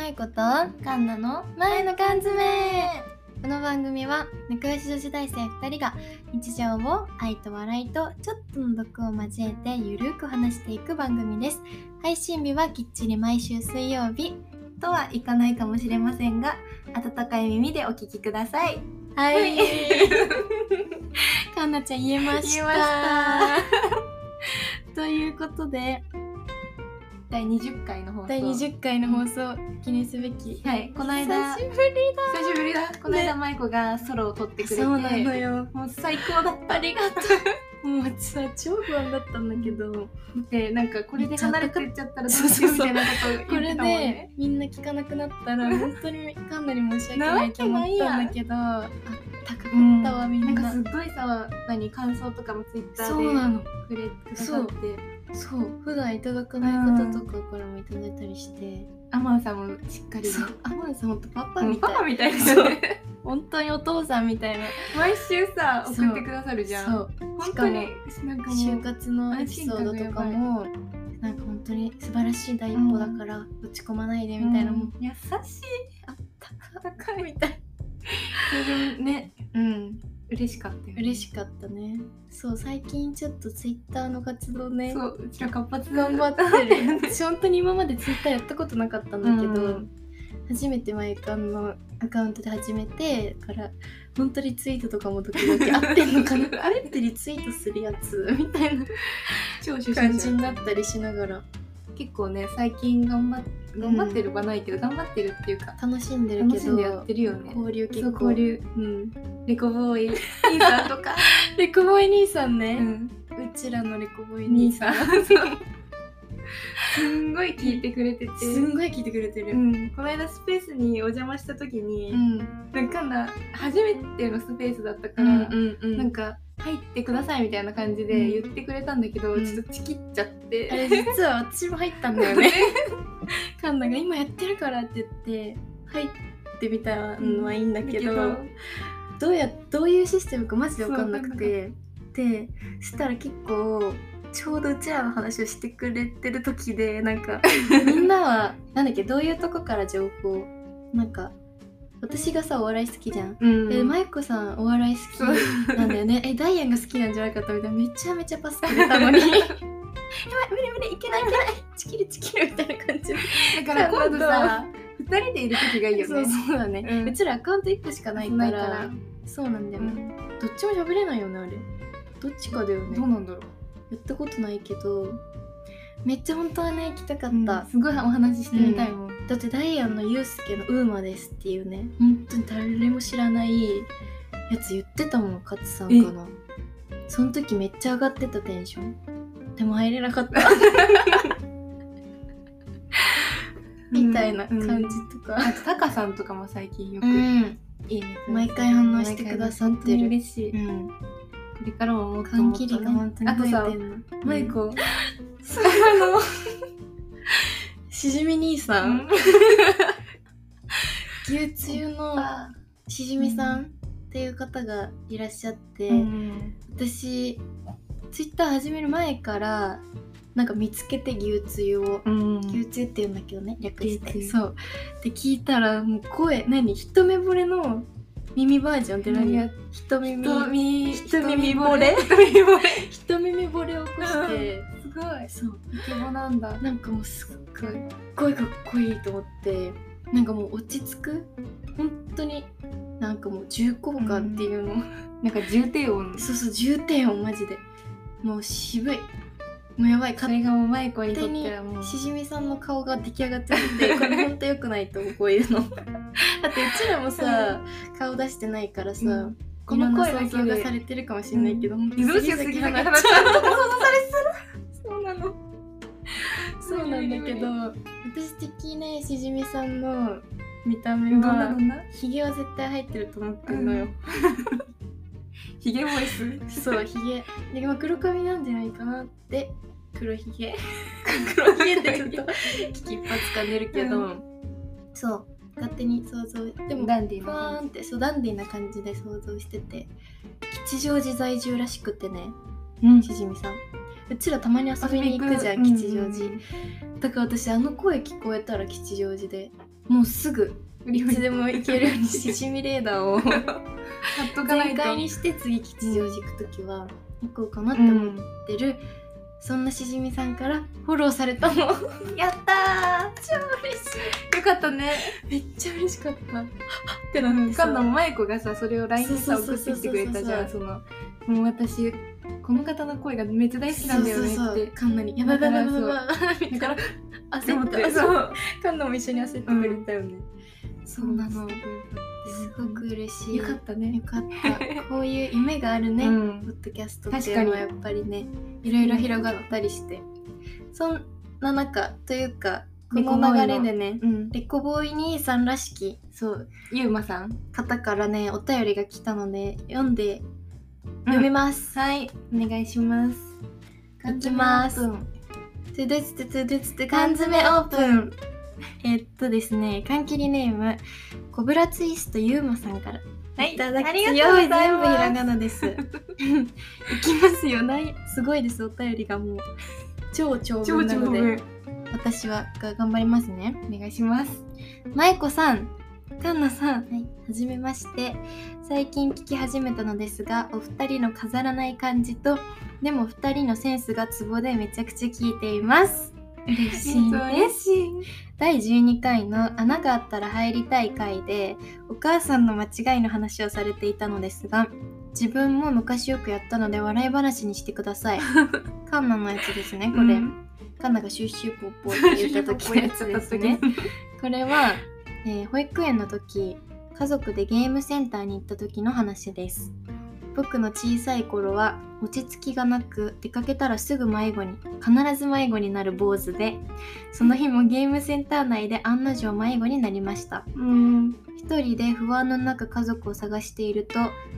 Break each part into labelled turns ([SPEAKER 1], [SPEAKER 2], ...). [SPEAKER 1] はカンナの前の缶詰この番組は仲良し女子大生2人が日常を愛と笑いとちょっとの毒を交えてゆるく話していく番組です配信日はきっちり毎週水曜日とはいかないかもしれませんが温かい耳でお聞きくださいは
[SPEAKER 2] はい
[SPEAKER 1] カンナちゃん言えました
[SPEAKER 2] 言えました
[SPEAKER 1] ということで
[SPEAKER 2] 第20回の放送
[SPEAKER 1] 第20回の放送記念すべき
[SPEAKER 2] はいこの間
[SPEAKER 1] 久
[SPEAKER 2] 久
[SPEAKER 1] しぶり
[SPEAKER 2] しぶりだこの間舞子がソロを取ってくれて
[SPEAKER 1] そうなのよ
[SPEAKER 2] もう最高だった
[SPEAKER 1] ありがとうもうさ超不安だったんだけど
[SPEAKER 2] でなんかこれで離れてっちゃったらどう
[SPEAKER 1] そう
[SPEAKER 2] し
[SPEAKER 1] そ
[SPEAKER 2] よ
[SPEAKER 1] うそう
[SPEAKER 2] うみたいなこと
[SPEAKER 1] こ
[SPEAKER 2] を言っ
[SPEAKER 1] れで、
[SPEAKER 2] てたもんね
[SPEAKER 1] みんな聞かなくなったら 本当にかなり申し訳ないと思ったんだけどあ高かったわ、みん
[SPEAKER 2] なん
[SPEAKER 1] な
[SPEAKER 2] かすっごいさ何感想とかもツイッタ
[SPEAKER 1] そう
[SPEAKER 2] ー
[SPEAKER 1] なの
[SPEAKER 2] でくれくださって
[SPEAKER 1] そう普段いただかない方とかからもいただいたりして、
[SPEAKER 2] アマンさんもしっかりね
[SPEAKER 1] そう天野さんほんとパパ
[SPEAKER 2] うん
[SPEAKER 1] みた
[SPEAKER 2] パ
[SPEAKER 1] い、
[SPEAKER 2] パみたいですよね
[SPEAKER 1] 本当にお父さんみたいな
[SPEAKER 2] 毎週さ
[SPEAKER 1] そう
[SPEAKER 2] 送ってくださるじゃん
[SPEAKER 1] そう
[SPEAKER 2] 本当になんかも
[SPEAKER 1] 就
[SPEAKER 2] う
[SPEAKER 1] 活のエピソードとかもなんか本当に素晴らしい第一歩だから落ち込まないでみたいなもん、
[SPEAKER 2] うん優しい
[SPEAKER 1] あったか高いみたい
[SPEAKER 2] それでもね
[SPEAKER 1] うん
[SPEAKER 2] 嬉しかったよね
[SPEAKER 1] 嬉しかったねそう最近ちょっとツイッターの活動ね
[SPEAKER 2] そううちら活発
[SPEAKER 1] 頑張 ってる私本当に今までツイッターやったことなかったんだけど、
[SPEAKER 2] うん
[SPEAKER 1] 初めてマイカンのアカウントで始めてから本当にツイートとかも時々合ってんのかな あれってリツイートするやつみたいな
[SPEAKER 2] 超初
[SPEAKER 1] 感
[SPEAKER 2] 心
[SPEAKER 1] じ
[SPEAKER 2] 者
[SPEAKER 1] になったりしながら
[SPEAKER 2] 結構ね最近頑張っ頑張ってるはないけど、頑張ってるっていうか
[SPEAKER 1] 楽しんでる
[SPEAKER 2] 楽
[SPEAKER 1] け
[SPEAKER 2] し
[SPEAKER 1] ど
[SPEAKER 2] んでやってるよね
[SPEAKER 1] 交流
[SPEAKER 2] そ
[SPEAKER 1] 結
[SPEAKER 2] う
[SPEAKER 1] 構
[SPEAKER 2] 交流
[SPEAKER 1] うん
[SPEAKER 2] レコボーイ兄さんとか、
[SPEAKER 1] レコボーイ兄さん
[SPEAKER 2] う
[SPEAKER 1] ね、
[SPEAKER 2] ん、
[SPEAKER 1] うちらのレコボーイ
[SPEAKER 2] 兄
[SPEAKER 1] 兄さん
[SPEAKER 2] さんそう すんごい聞いてくれてて、
[SPEAKER 1] すんごい聞いてくれて
[SPEAKER 2] う
[SPEAKER 1] る
[SPEAKER 2] ん、この間スペースにお邪魔した時に、
[SPEAKER 1] ん
[SPEAKER 2] なんかな初めてのスペースだったか
[SPEAKER 1] う
[SPEAKER 2] ら、
[SPEAKER 1] んうんうん
[SPEAKER 2] なんか入ってくださいみたいな感じで言ってくれたんだけど、
[SPEAKER 1] うん
[SPEAKER 2] ちょっとチキっちゃって、
[SPEAKER 1] あれ実は私も入ったんだ よねカンナが今やってるからって言って入ってみたのはいいんだけど,、
[SPEAKER 2] だ
[SPEAKER 1] どうやどういうシステムかマジで分かんなく
[SPEAKER 2] そう
[SPEAKER 1] てでしたら結構ちょうどうちらの話をしてくれてる時でなんかみんなはなんだっけどういうとこから情報なんか私がさお笑い好きじゃん。
[SPEAKER 2] うん
[SPEAKER 1] でマイコさんお笑い好
[SPEAKER 2] そう
[SPEAKER 1] きなんだよねえダイアンが好きなんじゃなかったみたいなめちゃめちゃパスくれたのにやばい無理無理いけないいけないチキルチキルみたいな感じ
[SPEAKER 2] だから今度さ2人でいる時がいいよ
[SPEAKER 1] そう
[SPEAKER 2] ね
[SPEAKER 1] そうだね、う
[SPEAKER 2] うん
[SPEAKER 1] ちらアカウント1個しかないから
[SPEAKER 2] ないから
[SPEAKER 1] そうなんだよ
[SPEAKER 2] う
[SPEAKER 1] ね、
[SPEAKER 2] ん
[SPEAKER 1] どっちも喋れないよねあれどっちかだよね
[SPEAKER 2] どうなんだろう
[SPEAKER 1] やったことないけどめっちゃ本当はね行きたかった、だ
[SPEAKER 2] すごいお話ししてみたいもん、
[SPEAKER 1] ってダイアンのユうスケの「ウーマです」っていうね本当に誰も知らないやつ言ってたもん勝さんかなその時めっちゃ上がってたテンションでも入れなかったみたいな感じとか、
[SPEAKER 2] あとタカさんとかも最近よく、
[SPEAKER 1] うん
[SPEAKER 2] いいね
[SPEAKER 1] 毎回反応してくださってる
[SPEAKER 2] 毎回本当に嬉しい、こ
[SPEAKER 1] うん
[SPEAKER 2] れからももっと
[SPEAKER 1] 缶
[SPEAKER 2] もっと
[SPEAKER 1] 切
[SPEAKER 2] ね
[SPEAKER 1] りが本当に
[SPEAKER 2] あと
[SPEAKER 1] 増え
[SPEAKER 2] さ
[SPEAKER 1] てんの
[SPEAKER 2] マイコ
[SPEAKER 1] そうのしじみ兄さん、牛つゆのしじみさんっていう方がいらっしゃって、
[SPEAKER 2] うん
[SPEAKER 1] 私ツイッター始める前からなんか見つけて牛つゆを、
[SPEAKER 2] うん
[SPEAKER 1] 牛つゆって言うんだけどね略し
[SPEAKER 2] 牛つ
[SPEAKER 1] て
[SPEAKER 2] ゆ
[SPEAKER 1] そうで聞いたらもう声何一目惚れの耳バージョンって何
[SPEAKER 2] うん
[SPEAKER 1] 一耳
[SPEAKER 2] 瞳
[SPEAKER 1] 一耳惚 れ
[SPEAKER 2] 瞳惚れ
[SPEAKER 1] 一耳惚れを起こして、
[SPEAKER 2] すごい
[SPEAKER 1] そう
[SPEAKER 2] イケボなんだ
[SPEAKER 1] なんかもうすっごいかっこいいと思ってなんかもう落ち着く本当になんかもう重厚感っていうの、
[SPEAKER 2] なんか重低音
[SPEAKER 1] そうそう重点音マジでもう渋いもうやばい
[SPEAKER 2] そ
[SPEAKER 1] 勝
[SPEAKER 2] れがもうマイコにと
[SPEAKER 1] 手
[SPEAKER 2] っ
[SPEAKER 1] に
[SPEAKER 2] てはもう
[SPEAKER 1] しじみさんの顔が出来上がっててこれほんと良くないと思うこういう のだってうちらもさ顔出してないからさ、
[SPEAKER 2] うん
[SPEAKER 1] この声
[SPEAKER 2] いろ
[SPEAKER 1] だ
[SPEAKER 2] んな
[SPEAKER 1] け
[SPEAKER 2] 想像
[SPEAKER 1] が
[SPEAKER 2] で
[SPEAKER 1] されてるかもしれないけど、本当に
[SPEAKER 2] どうしよう杉
[SPEAKER 1] な
[SPEAKER 2] 原
[SPEAKER 1] っ
[SPEAKER 2] 花
[SPEAKER 1] ち
[SPEAKER 2] ちゃん
[SPEAKER 1] ゃう
[SPEAKER 2] と想像されするそうなの
[SPEAKER 1] そうなんだけど私的ねしじみさんの見た目
[SPEAKER 2] どんな
[SPEAKER 1] は
[SPEAKER 2] どんな
[SPEAKER 1] ひげは絶対入ってると思ってるのよ、
[SPEAKER 2] ヒゲボイス
[SPEAKER 1] そうひげで、まあ、黒髪なんじゃないかなって黒ひげ 黒ひげってちょっと危機一髪感出るけど、
[SPEAKER 2] う
[SPEAKER 1] そう勝手に想像でも
[SPEAKER 2] ダンディー
[SPEAKER 1] ふ
[SPEAKER 2] な
[SPEAKER 1] わーんってそうダンディーな感じで想像してて吉祥寺在住らしくてね
[SPEAKER 2] うん
[SPEAKER 1] しじみさんうちらたまに遊びに行くじゃん、吉祥寺、だから私あの声聞こえたら吉祥寺でもうすぐ
[SPEAKER 2] 無
[SPEAKER 1] いつでも行けるように
[SPEAKER 2] し
[SPEAKER 1] シシミレーダーを
[SPEAKER 2] 買っとかな
[SPEAKER 1] 全
[SPEAKER 2] いと
[SPEAKER 1] 開にして次吉祥寺行く時は行こうかなって思ってる、そんなしじみさんからフォローされたの
[SPEAKER 2] うんやった
[SPEAKER 1] 超嬉し
[SPEAKER 2] ーよかったね
[SPEAKER 1] い めっちゃ嬉しかった って
[SPEAKER 2] う
[SPEAKER 1] なっ
[SPEAKER 2] ん
[SPEAKER 1] て
[SPEAKER 2] 菅
[SPEAKER 1] さ
[SPEAKER 2] 野萌子がさそれを LINE でさ
[SPEAKER 1] そ
[SPEAKER 2] 送
[SPEAKER 1] う
[SPEAKER 2] っ
[SPEAKER 1] そ
[SPEAKER 2] て
[SPEAKER 1] うそうそう
[SPEAKER 2] きてくれたじゃんそのもう私この方の声がめっちゃ大好きなんだよねって
[SPEAKER 1] そうそうそうカンナに「やばいやばいやばいやばいやばい」み
[SPEAKER 2] だ
[SPEAKER 1] た
[SPEAKER 2] か
[SPEAKER 1] い
[SPEAKER 2] ら
[SPEAKER 1] な
[SPEAKER 2] でも
[SPEAKER 1] 焦った
[SPEAKER 2] そう
[SPEAKER 1] カンナも一緒に焦ってくれたよね、そうなのす
[SPEAKER 2] す
[SPEAKER 1] ごく嬉しい
[SPEAKER 2] よかった
[SPEAKER 1] よ
[SPEAKER 2] ね
[SPEAKER 1] かったこういう夢があるね、
[SPEAKER 2] うん
[SPEAKER 1] ポッドキャストって
[SPEAKER 2] 確
[SPEAKER 1] いう
[SPEAKER 2] か
[SPEAKER 1] の
[SPEAKER 2] に
[SPEAKER 1] はやっぱりねいろいろ広がったりしてそんな中というかこ
[SPEAKER 2] 猫
[SPEAKER 1] の流
[SPEAKER 2] の
[SPEAKER 1] れでね
[SPEAKER 2] うん
[SPEAKER 1] レコボーイ兄さんらしき
[SPEAKER 2] そうゆうまさん
[SPEAKER 1] 方からねお便りが来たので読んで読みます、はい
[SPEAKER 2] お願いします
[SPEAKER 1] いきます
[SPEAKER 2] 缶詰オー
[SPEAKER 1] トゥドゥツトゥトゥドゥツトゥ缶詰オープンえっとですね缶切りネームコブラツイストユーマさんから
[SPEAKER 2] プンはい
[SPEAKER 1] いただき
[SPEAKER 2] ありがとう
[SPEAKER 1] 強い
[SPEAKER 2] ござい
[SPEAKER 1] 全
[SPEAKER 2] ま
[SPEAKER 1] 部
[SPEAKER 2] す
[SPEAKER 1] ひらがなです いきますよないすごいですお便りがもう超長
[SPEAKER 2] 超
[SPEAKER 1] 文な
[SPEAKER 2] 超
[SPEAKER 1] の
[SPEAKER 2] ご
[SPEAKER 1] で
[SPEAKER 2] めん
[SPEAKER 1] 私はが頑張りますねお願いし
[SPEAKER 2] ま
[SPEAKER 1] ますまえこさんかんなさんはいはじめまして最近聞き始めたのですがお二人の飾らない感じとでも二人のセンスがツボでめちゃくちゃ効いています嬉しいで
[SPEAKER 2] 嬉
[SPEAKER 1] す
[SPEAKER 2] しい
[SPEAKER 1] 第12回の「穴があったら入りたい回」でお母さんの間違いの話をされていたのですが自分も昔よくやったので笑い話にしてくだ さいカンナのやつです ねこれ、
[SPEAKER 2] うん
[SPEAKER 1] カンナがシュッシュポッポって言った時のやつ ですねこれは、えー保育園の時家族でゲームセンターに行った時の話です僕の小さい頃は落ち着きがなく出かけたらすぐ迷子に必ず迷子になる坊主でその日もゲームセンター内で案の定迷子になりました
[SPEAKER 2] うん
[SPEAKER 1] 一人で不安の中家族を探している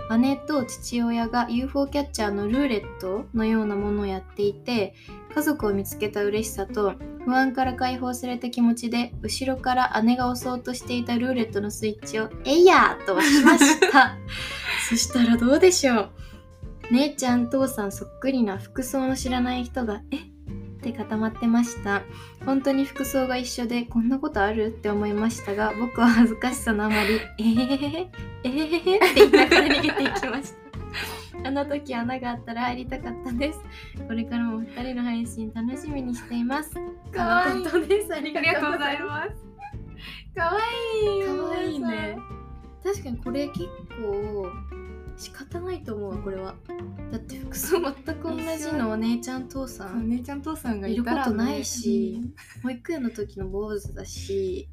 [SPEAKER 1] と姉と父親が UFO キャッチャーのルーレットのようなものをやっていて家族を見つけた嬉しさと不安から解放された気持ちで後ろから姉が押そうとしていたルーレットのスイッチを「えいや!」と押しましたそしたらどうでしょう姉ちゃん父さんそっくりな服装の知らない人が「えっ?」って固まってました本当に服装が一緒でこんなことあるって思いましたが僕は恥ずかしさのあまり「えへへへえへへへ」って言いながら逃げていきましたあの時穴があったら入りたかったです これからもお二人の配信楽しみにしています
[SPEAKER 2] かわいい
[SPEAKER 1] とのことですあり
[SPEAKER 2] あ
[SPEAKER 1] が
[SPEAKER 2] りが
[SPEAKER 1] と
[SPEAKER 2] と
[SPEAKER 1] う
[SPEAKER 2] う
[SPEAKER 1] ござ
[SPEAKER 2] ござ
[SPEAKER 1] い
[SPEAKER 2] い
[SPEAKER 1] ま
[SPEAKER 2] ますかわいい
[SPEAKER 1] す可愛いね確かにこれ結構仕方ないと思うわこれはだって服装全く同じのお姉ちゃん父さ
[SPEAKER 2] お
[SPEAKER 1] ん
[SPEAKER 2] 姉ちゃん父さんがいたら、ね、
[SPEAKER 1] いることないし保育園の時の坊主だし、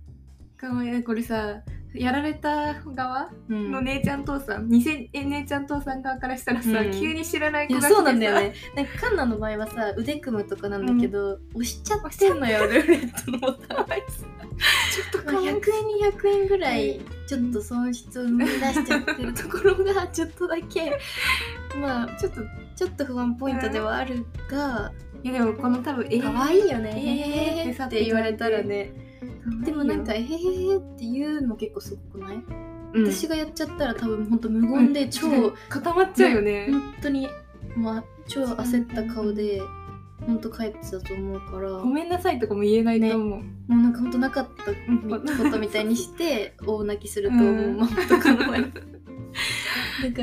[SPEAKER 2] かわいいこれさやられた側
[SPEAKER 1] うん
[SPEAKER 2] の姉ちゃん父さん、偽姉ちゃん父さん側からしたらさ、
[SPEAKER 1] うん
[SPEAKER 2] 急に知らない
[SPEAKER 1] い
[SPEAKER 2] 子が
[SPEAKER 1] や
[SPEAKER 2] 来てさ
[SPEAKER 1] そうなんだよねなんかカンナの場合はさ腕組むとかなんだけど、押しちゃってんのよルーレットのボタン
[SPEAKER 2] かわいそうちょっと
[SPEAKER 1] まあ
[SPEAKER 2] かわ
[SPEAKER 1] 100
[SPEAKER 2] い
[SPEAKER 1] 円
[SPEAKER 2] い
[SPEAKER 1] に100円ぐらいちょっと損失を生み出しちゃってるところが ちょっとだけまあ
[SPEAKER 2] ちょっとい
[SPEAKER 1] ちょっと不安ポイントではあるが
[SPEAKER 2] やでもこの多分えー
[SPEAKER 1] 可愛いよね
[SPEAKER 2] えー
[SPEAKER 1] えーって言われたらねでもなんか「えへへへ」っていうの結構すごくない、
[SPEAKER 2] うん
[SPEAKER 1] 私がやっちゃったら多分ほんと無言で超、
[SPEAKER 2] うん固まっちゃうよね、
[SPEAKER 1] 本当にまあ超焦った顔で本当帰ってたと思うから
[SPEAKER 2] ごめんなさいとかも言えないと思う、
[SPEAKER 1] もうなんか本当なかったみことみた いにして大泣きすると思う
[SPEAKER 2] うん
[SPEAKER 1] まとかの前だか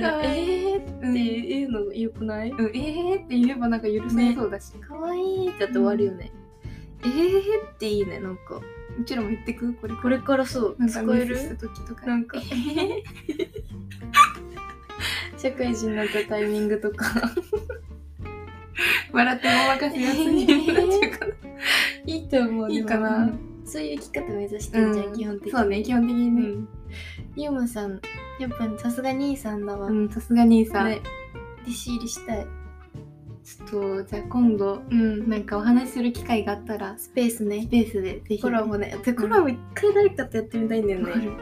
[SPEAKER 1] ら
[SPEAKER 2] かわいい
[SPEAKER 1] えーって
[SPEAKER 2] うん
[SPEAKER 1] いうのよくない
[SPEAKER 2] うん、えーって言えばなんか許されそうだし、
[SPEAKER 1] 可愛いってやって終わるよねえーっていいねなんか
[SPEAKER 2] うちらも言ってくこれ
[SPEAKER 1] これからそう
[SPEAKER 2] なんか
[SPEAKER 1] 聞こえ
[SPEAKER 2] ミスした
[SPEAKER 1] る
[SPEAKER 2] 時とか
[SPEAKER 1] なんか社会人になったタイミングとか
[SPEAKER 2] 笑ってごまかしやすい
[SPEAKER 1] えー
[SPEAKER 2] なんていうかない
[SPEAKER 1] いと思う
[SPEAKER 2] いいか
[SPEAKER 1] でも
[SPEAKER 2] な
[SPEAKER 1] そういう生き方目指してんじゃん、基本的に
[SPEAKER 2] そうね基本的に
[SPEAKER 1] う
[SPEAKER 2] ね
[SPEAKER 1] んユーマさんやっぱさすが兄さんだわ、
[SPEAKER 2] うんさすが兄さん、
[SPEAKER 1] ね弟子入りしたい
[SPEAKER 2] ちょっとじゃあ今度
[SPEAKER 1] うん
[SPEAKER 2] なんかお話しする機会があったら
[SPEAKER 1] スペースね
[SPEAKER 2] スペースでぜひ
[SPEAKER 1] コラボねでコラボ一回誰かとやってみたいんだよ
[SPEAKER 2] わか
[SPEAKER 1] ね
[SPEAKER 2] る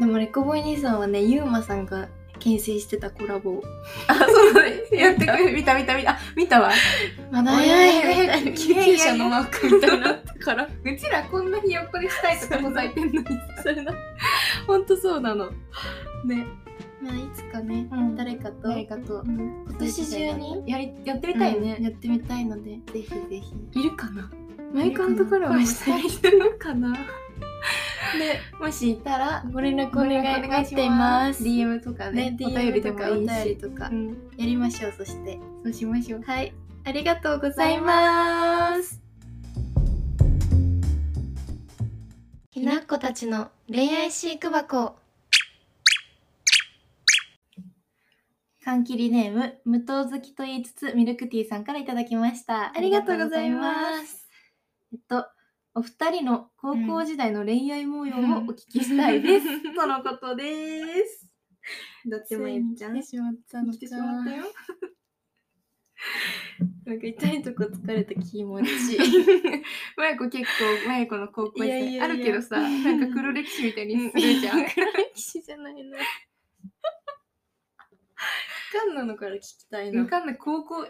[SPEAKER 1] でもレコボーイ兄さんはねユーマさんが牽制してたコラボを
[SPEAKER 2] あそうだね やってくれ見た見た見たあ見たわ
[SPEAKER 1] ま
[SPEAKER 2] だ
[SPEAKER 1] だ
[SPEAKER 2] 早
[SPEAKER 1] 早
[SPEAKER 2] い
[SPEAKER 1] い
[SPEAKER 2] み
[SPEAKER 1] み
[SPEAKER 2] た
[SPEAKER 1] たいな
[SPEAKER 2] いな救
[SPEAKER 1] 救
[SPEAKER 2] 急
[SPEAKER 1] 急
[SPEAKER 2] 車
[SPEAKER 1] 車
[SPEAKER 2] の
[SPEAKER 1] の
[SPEAKER 2] マ
[SPEAKER 1] マ
[SPEAKER 2] ー
[SPEAKER 1] ー
[SPEAKER 2] ク
[SPEAKER 1] ク
[SPEAKER 2] み
[SPEAKER 1] み
[SPEAKER 2] た
[SPEAKER 1] たい
[SPEAKER 2] い
[SPEAKER 1] に
[SPEAKER 2] にな
[SPEAKER 1] な
[SPEAKER 2] っ
[SPEAKER 1] ったから
[SPEAKER 2] うちらこんなひよっこりしたいとかも咲いてんのに
[SPEAKER 1] それな
[SPEAKER 2] ほんとそうなのね
[SPEAKER 1] まあいつかね、
[SPEAKER 2] うん
[SPEAKER 1] 誰かと、
[SPEAKER 2] 誰かと
[SPEAKER 1] うん今年中に
[SPEAKER 2] やりやってみ
[SPEAKER 1] や
[SPEAKER 2] たいね、
[SPEAKER 1] やってみたいので
[SPEAKER 2] ぜひぜひ
[SPEAKER 1] いるかな
[SPEAKER 2] マイカンとコラボしたい人いるかな
[SPEAKER 1] ね、
[SPEAKER 2] もしいたら
[SPEAKER 1] ご連絡お願い待っています。
[SPEAKER 2] DM とかね、
[SPEAKER 1] ね
[SPEAKER 2] お便りでもい
[SPEAKER 1] DM とか
[SPEAKER 2] い
[SPEAKER 1] お便り
[SPEAKER 2] し、
[SPEAKER 1] とか
[SPEAKER 2] うん、
[SPEAKER 1] やりましょう。そして、
[SPEAKER 2] そうしましょう。
[SPEAKER 1] はい、ありがとうございます。ひなっこたちの恋愛飼育箱。
[SPEAKER 2] 缶切りネーム無糖好きと言いつつミルクティーさんからいただきました
[SPEAKER 1] ありがとうござい
[SPEAKER 2] ありがとうござい
[SPEAKER 1] ま
[SPEAKER 2] ます
[SPEAKER 1] す。
[SPEAKER 2] えっとお二人の高校時代の恋愛模様をお聞きしたい です、とのことですだってまゆちゃん
[SPEAKER 1] 来てしまったの
[SPEAKER 2] 来てしまったよなんか痛いとこ疲れた気持ち まゆこ結構まゆこの高校時
[SPEAKER 1] いやいやい
[SPEAKER 2] 代
[SPEAKER 1] や
[SPEAKER 2] あるけどさなんか黒歴史みたいにするじゃん
[SPEAKER 1] 黒歴史じゃないな。カンナのから聞きたい
[SPEAKER 2] わ。かんない高校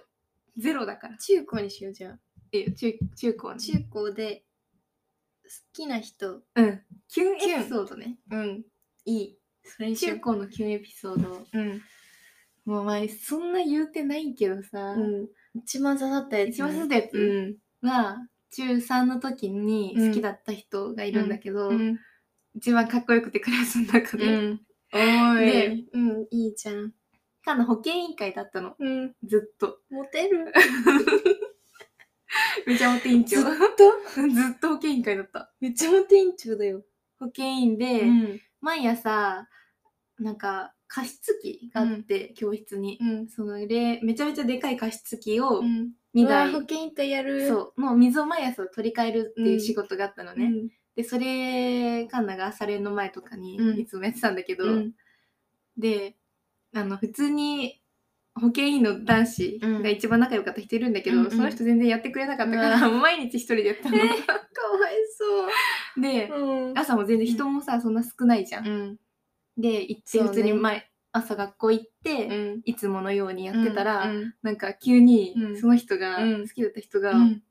[SPEAKER 2] ゼロだから
[SPEAKER 1] 中高にしようじゃあ。
[SPEAKER 2] え中中高ね
[SPEAKER 1] 中高で好きな人。
[SPEAKER 2] うん。キュンエ
[SPEAKER 1] キュン
[SPEAKER 2] ピソードね。
[SPEAKER 1] うん。
[SPEAKER 2] いい。
[SPEAKER 1] それにしよ
[SPEAKER 2] 中
[SPEAKER 1] う。
[SPEAKER 2] 高のキュンエピソード。
[SPEAKER 1] うん。
[SPEAKER 2] もう前、そんな言うてないけどさ、
[SPEAKER 1] 一番刺さったやつね、
[SPEAKER 2] 一番刺さったやつ
[SPEAKER 1] うん。
[SPEAKER 2] は、中3の時に好きだった人がいるんだけど、
[SPEAKER 1] うん。
[SPEAKER 2] 一番かっこよくてクラスの中で。
[SPEAKER 1] お
[SPEAKER 2] で
[SPEAKER 1] ーい。うん、いいじゃん。
[SPEAKER 2] かの保健委員会だったの。
[SPEAKER 1] うん。
[SPEAKER 2] ずっと。
[SPEAKER 1] モテる。
[SPEAKER 2] めちゃモテ委員長。
[SPEAKER 1] ずっ
[SPEAKER 2] ず
[SPEAKER 1] と
[SPEAKER 2] っと保健委員会だった。
[SPEAKER 1] めっちゃモテ委員長だよ。
[SPEAKER 2] 保健委員で、
[SPEAKER 1] ん。
[SPEAKER 2] 毎朝、なんか、加湿器があって、教室に。
[SPEAKER 1] うん。
[SPEAKER 2] そので、めちゃめちゃでかい加湿器を
[SPEAKER 1] うん。
[SPEAKER 2] 2
[SPEAKER 1] わ
[SPEAKER 2] 台
[SPEAKER 1] あ保健委員会やる。
[SPEAKER 2] そう、もう水を毎朝取り替えるっていう仕事があったの
[SPEAKER 1] う
[SPEAKER 2] ね。
[SPEAKER 1] ん。
[SPEAKER 2] で、それ、カンナが朝練の前とかに
[SPEAKER 1] うん
[SPEAKER 2] いつもやってたんだけど、
[SPEAKER 1] うん。
[SPEAKER 2] で、あの、普通に保健委員の男子が一番仲良かった人いるんだけど、
[SPEAKER 1] うんうん
[SPEAKER 2] その人全然やってくれなかったか
[SPEAKER 1] う
[SPEAKER 2] ら、もう毎日一人でやってたの。
[SPEAKER 1] かわいそう。
[SPEAKER 2] で、
[SPEAKER 1] うん
[SPEAKER 2] 朝も全然人もさ、そんな少ないじゃん。
[SPEAKER 1] うん。
[SPEAKER 2] で、行って、
[SPEAKER 1] そうね
[SPEAKER 2] 普通に前、朝学校行って、
[SPEAKER 1] ん。
[SPEAKER 2] いつものようにやってたら、
[SPEAKER 1] うん。
[SPEAKER 2] なんか急に
[SPEAKER 1] うん
[SPEAKER 2] その人が、
[SPEAKER 1] うん
[SPEAKER 2] 好きだった人が、
[SPEAKER 1] うん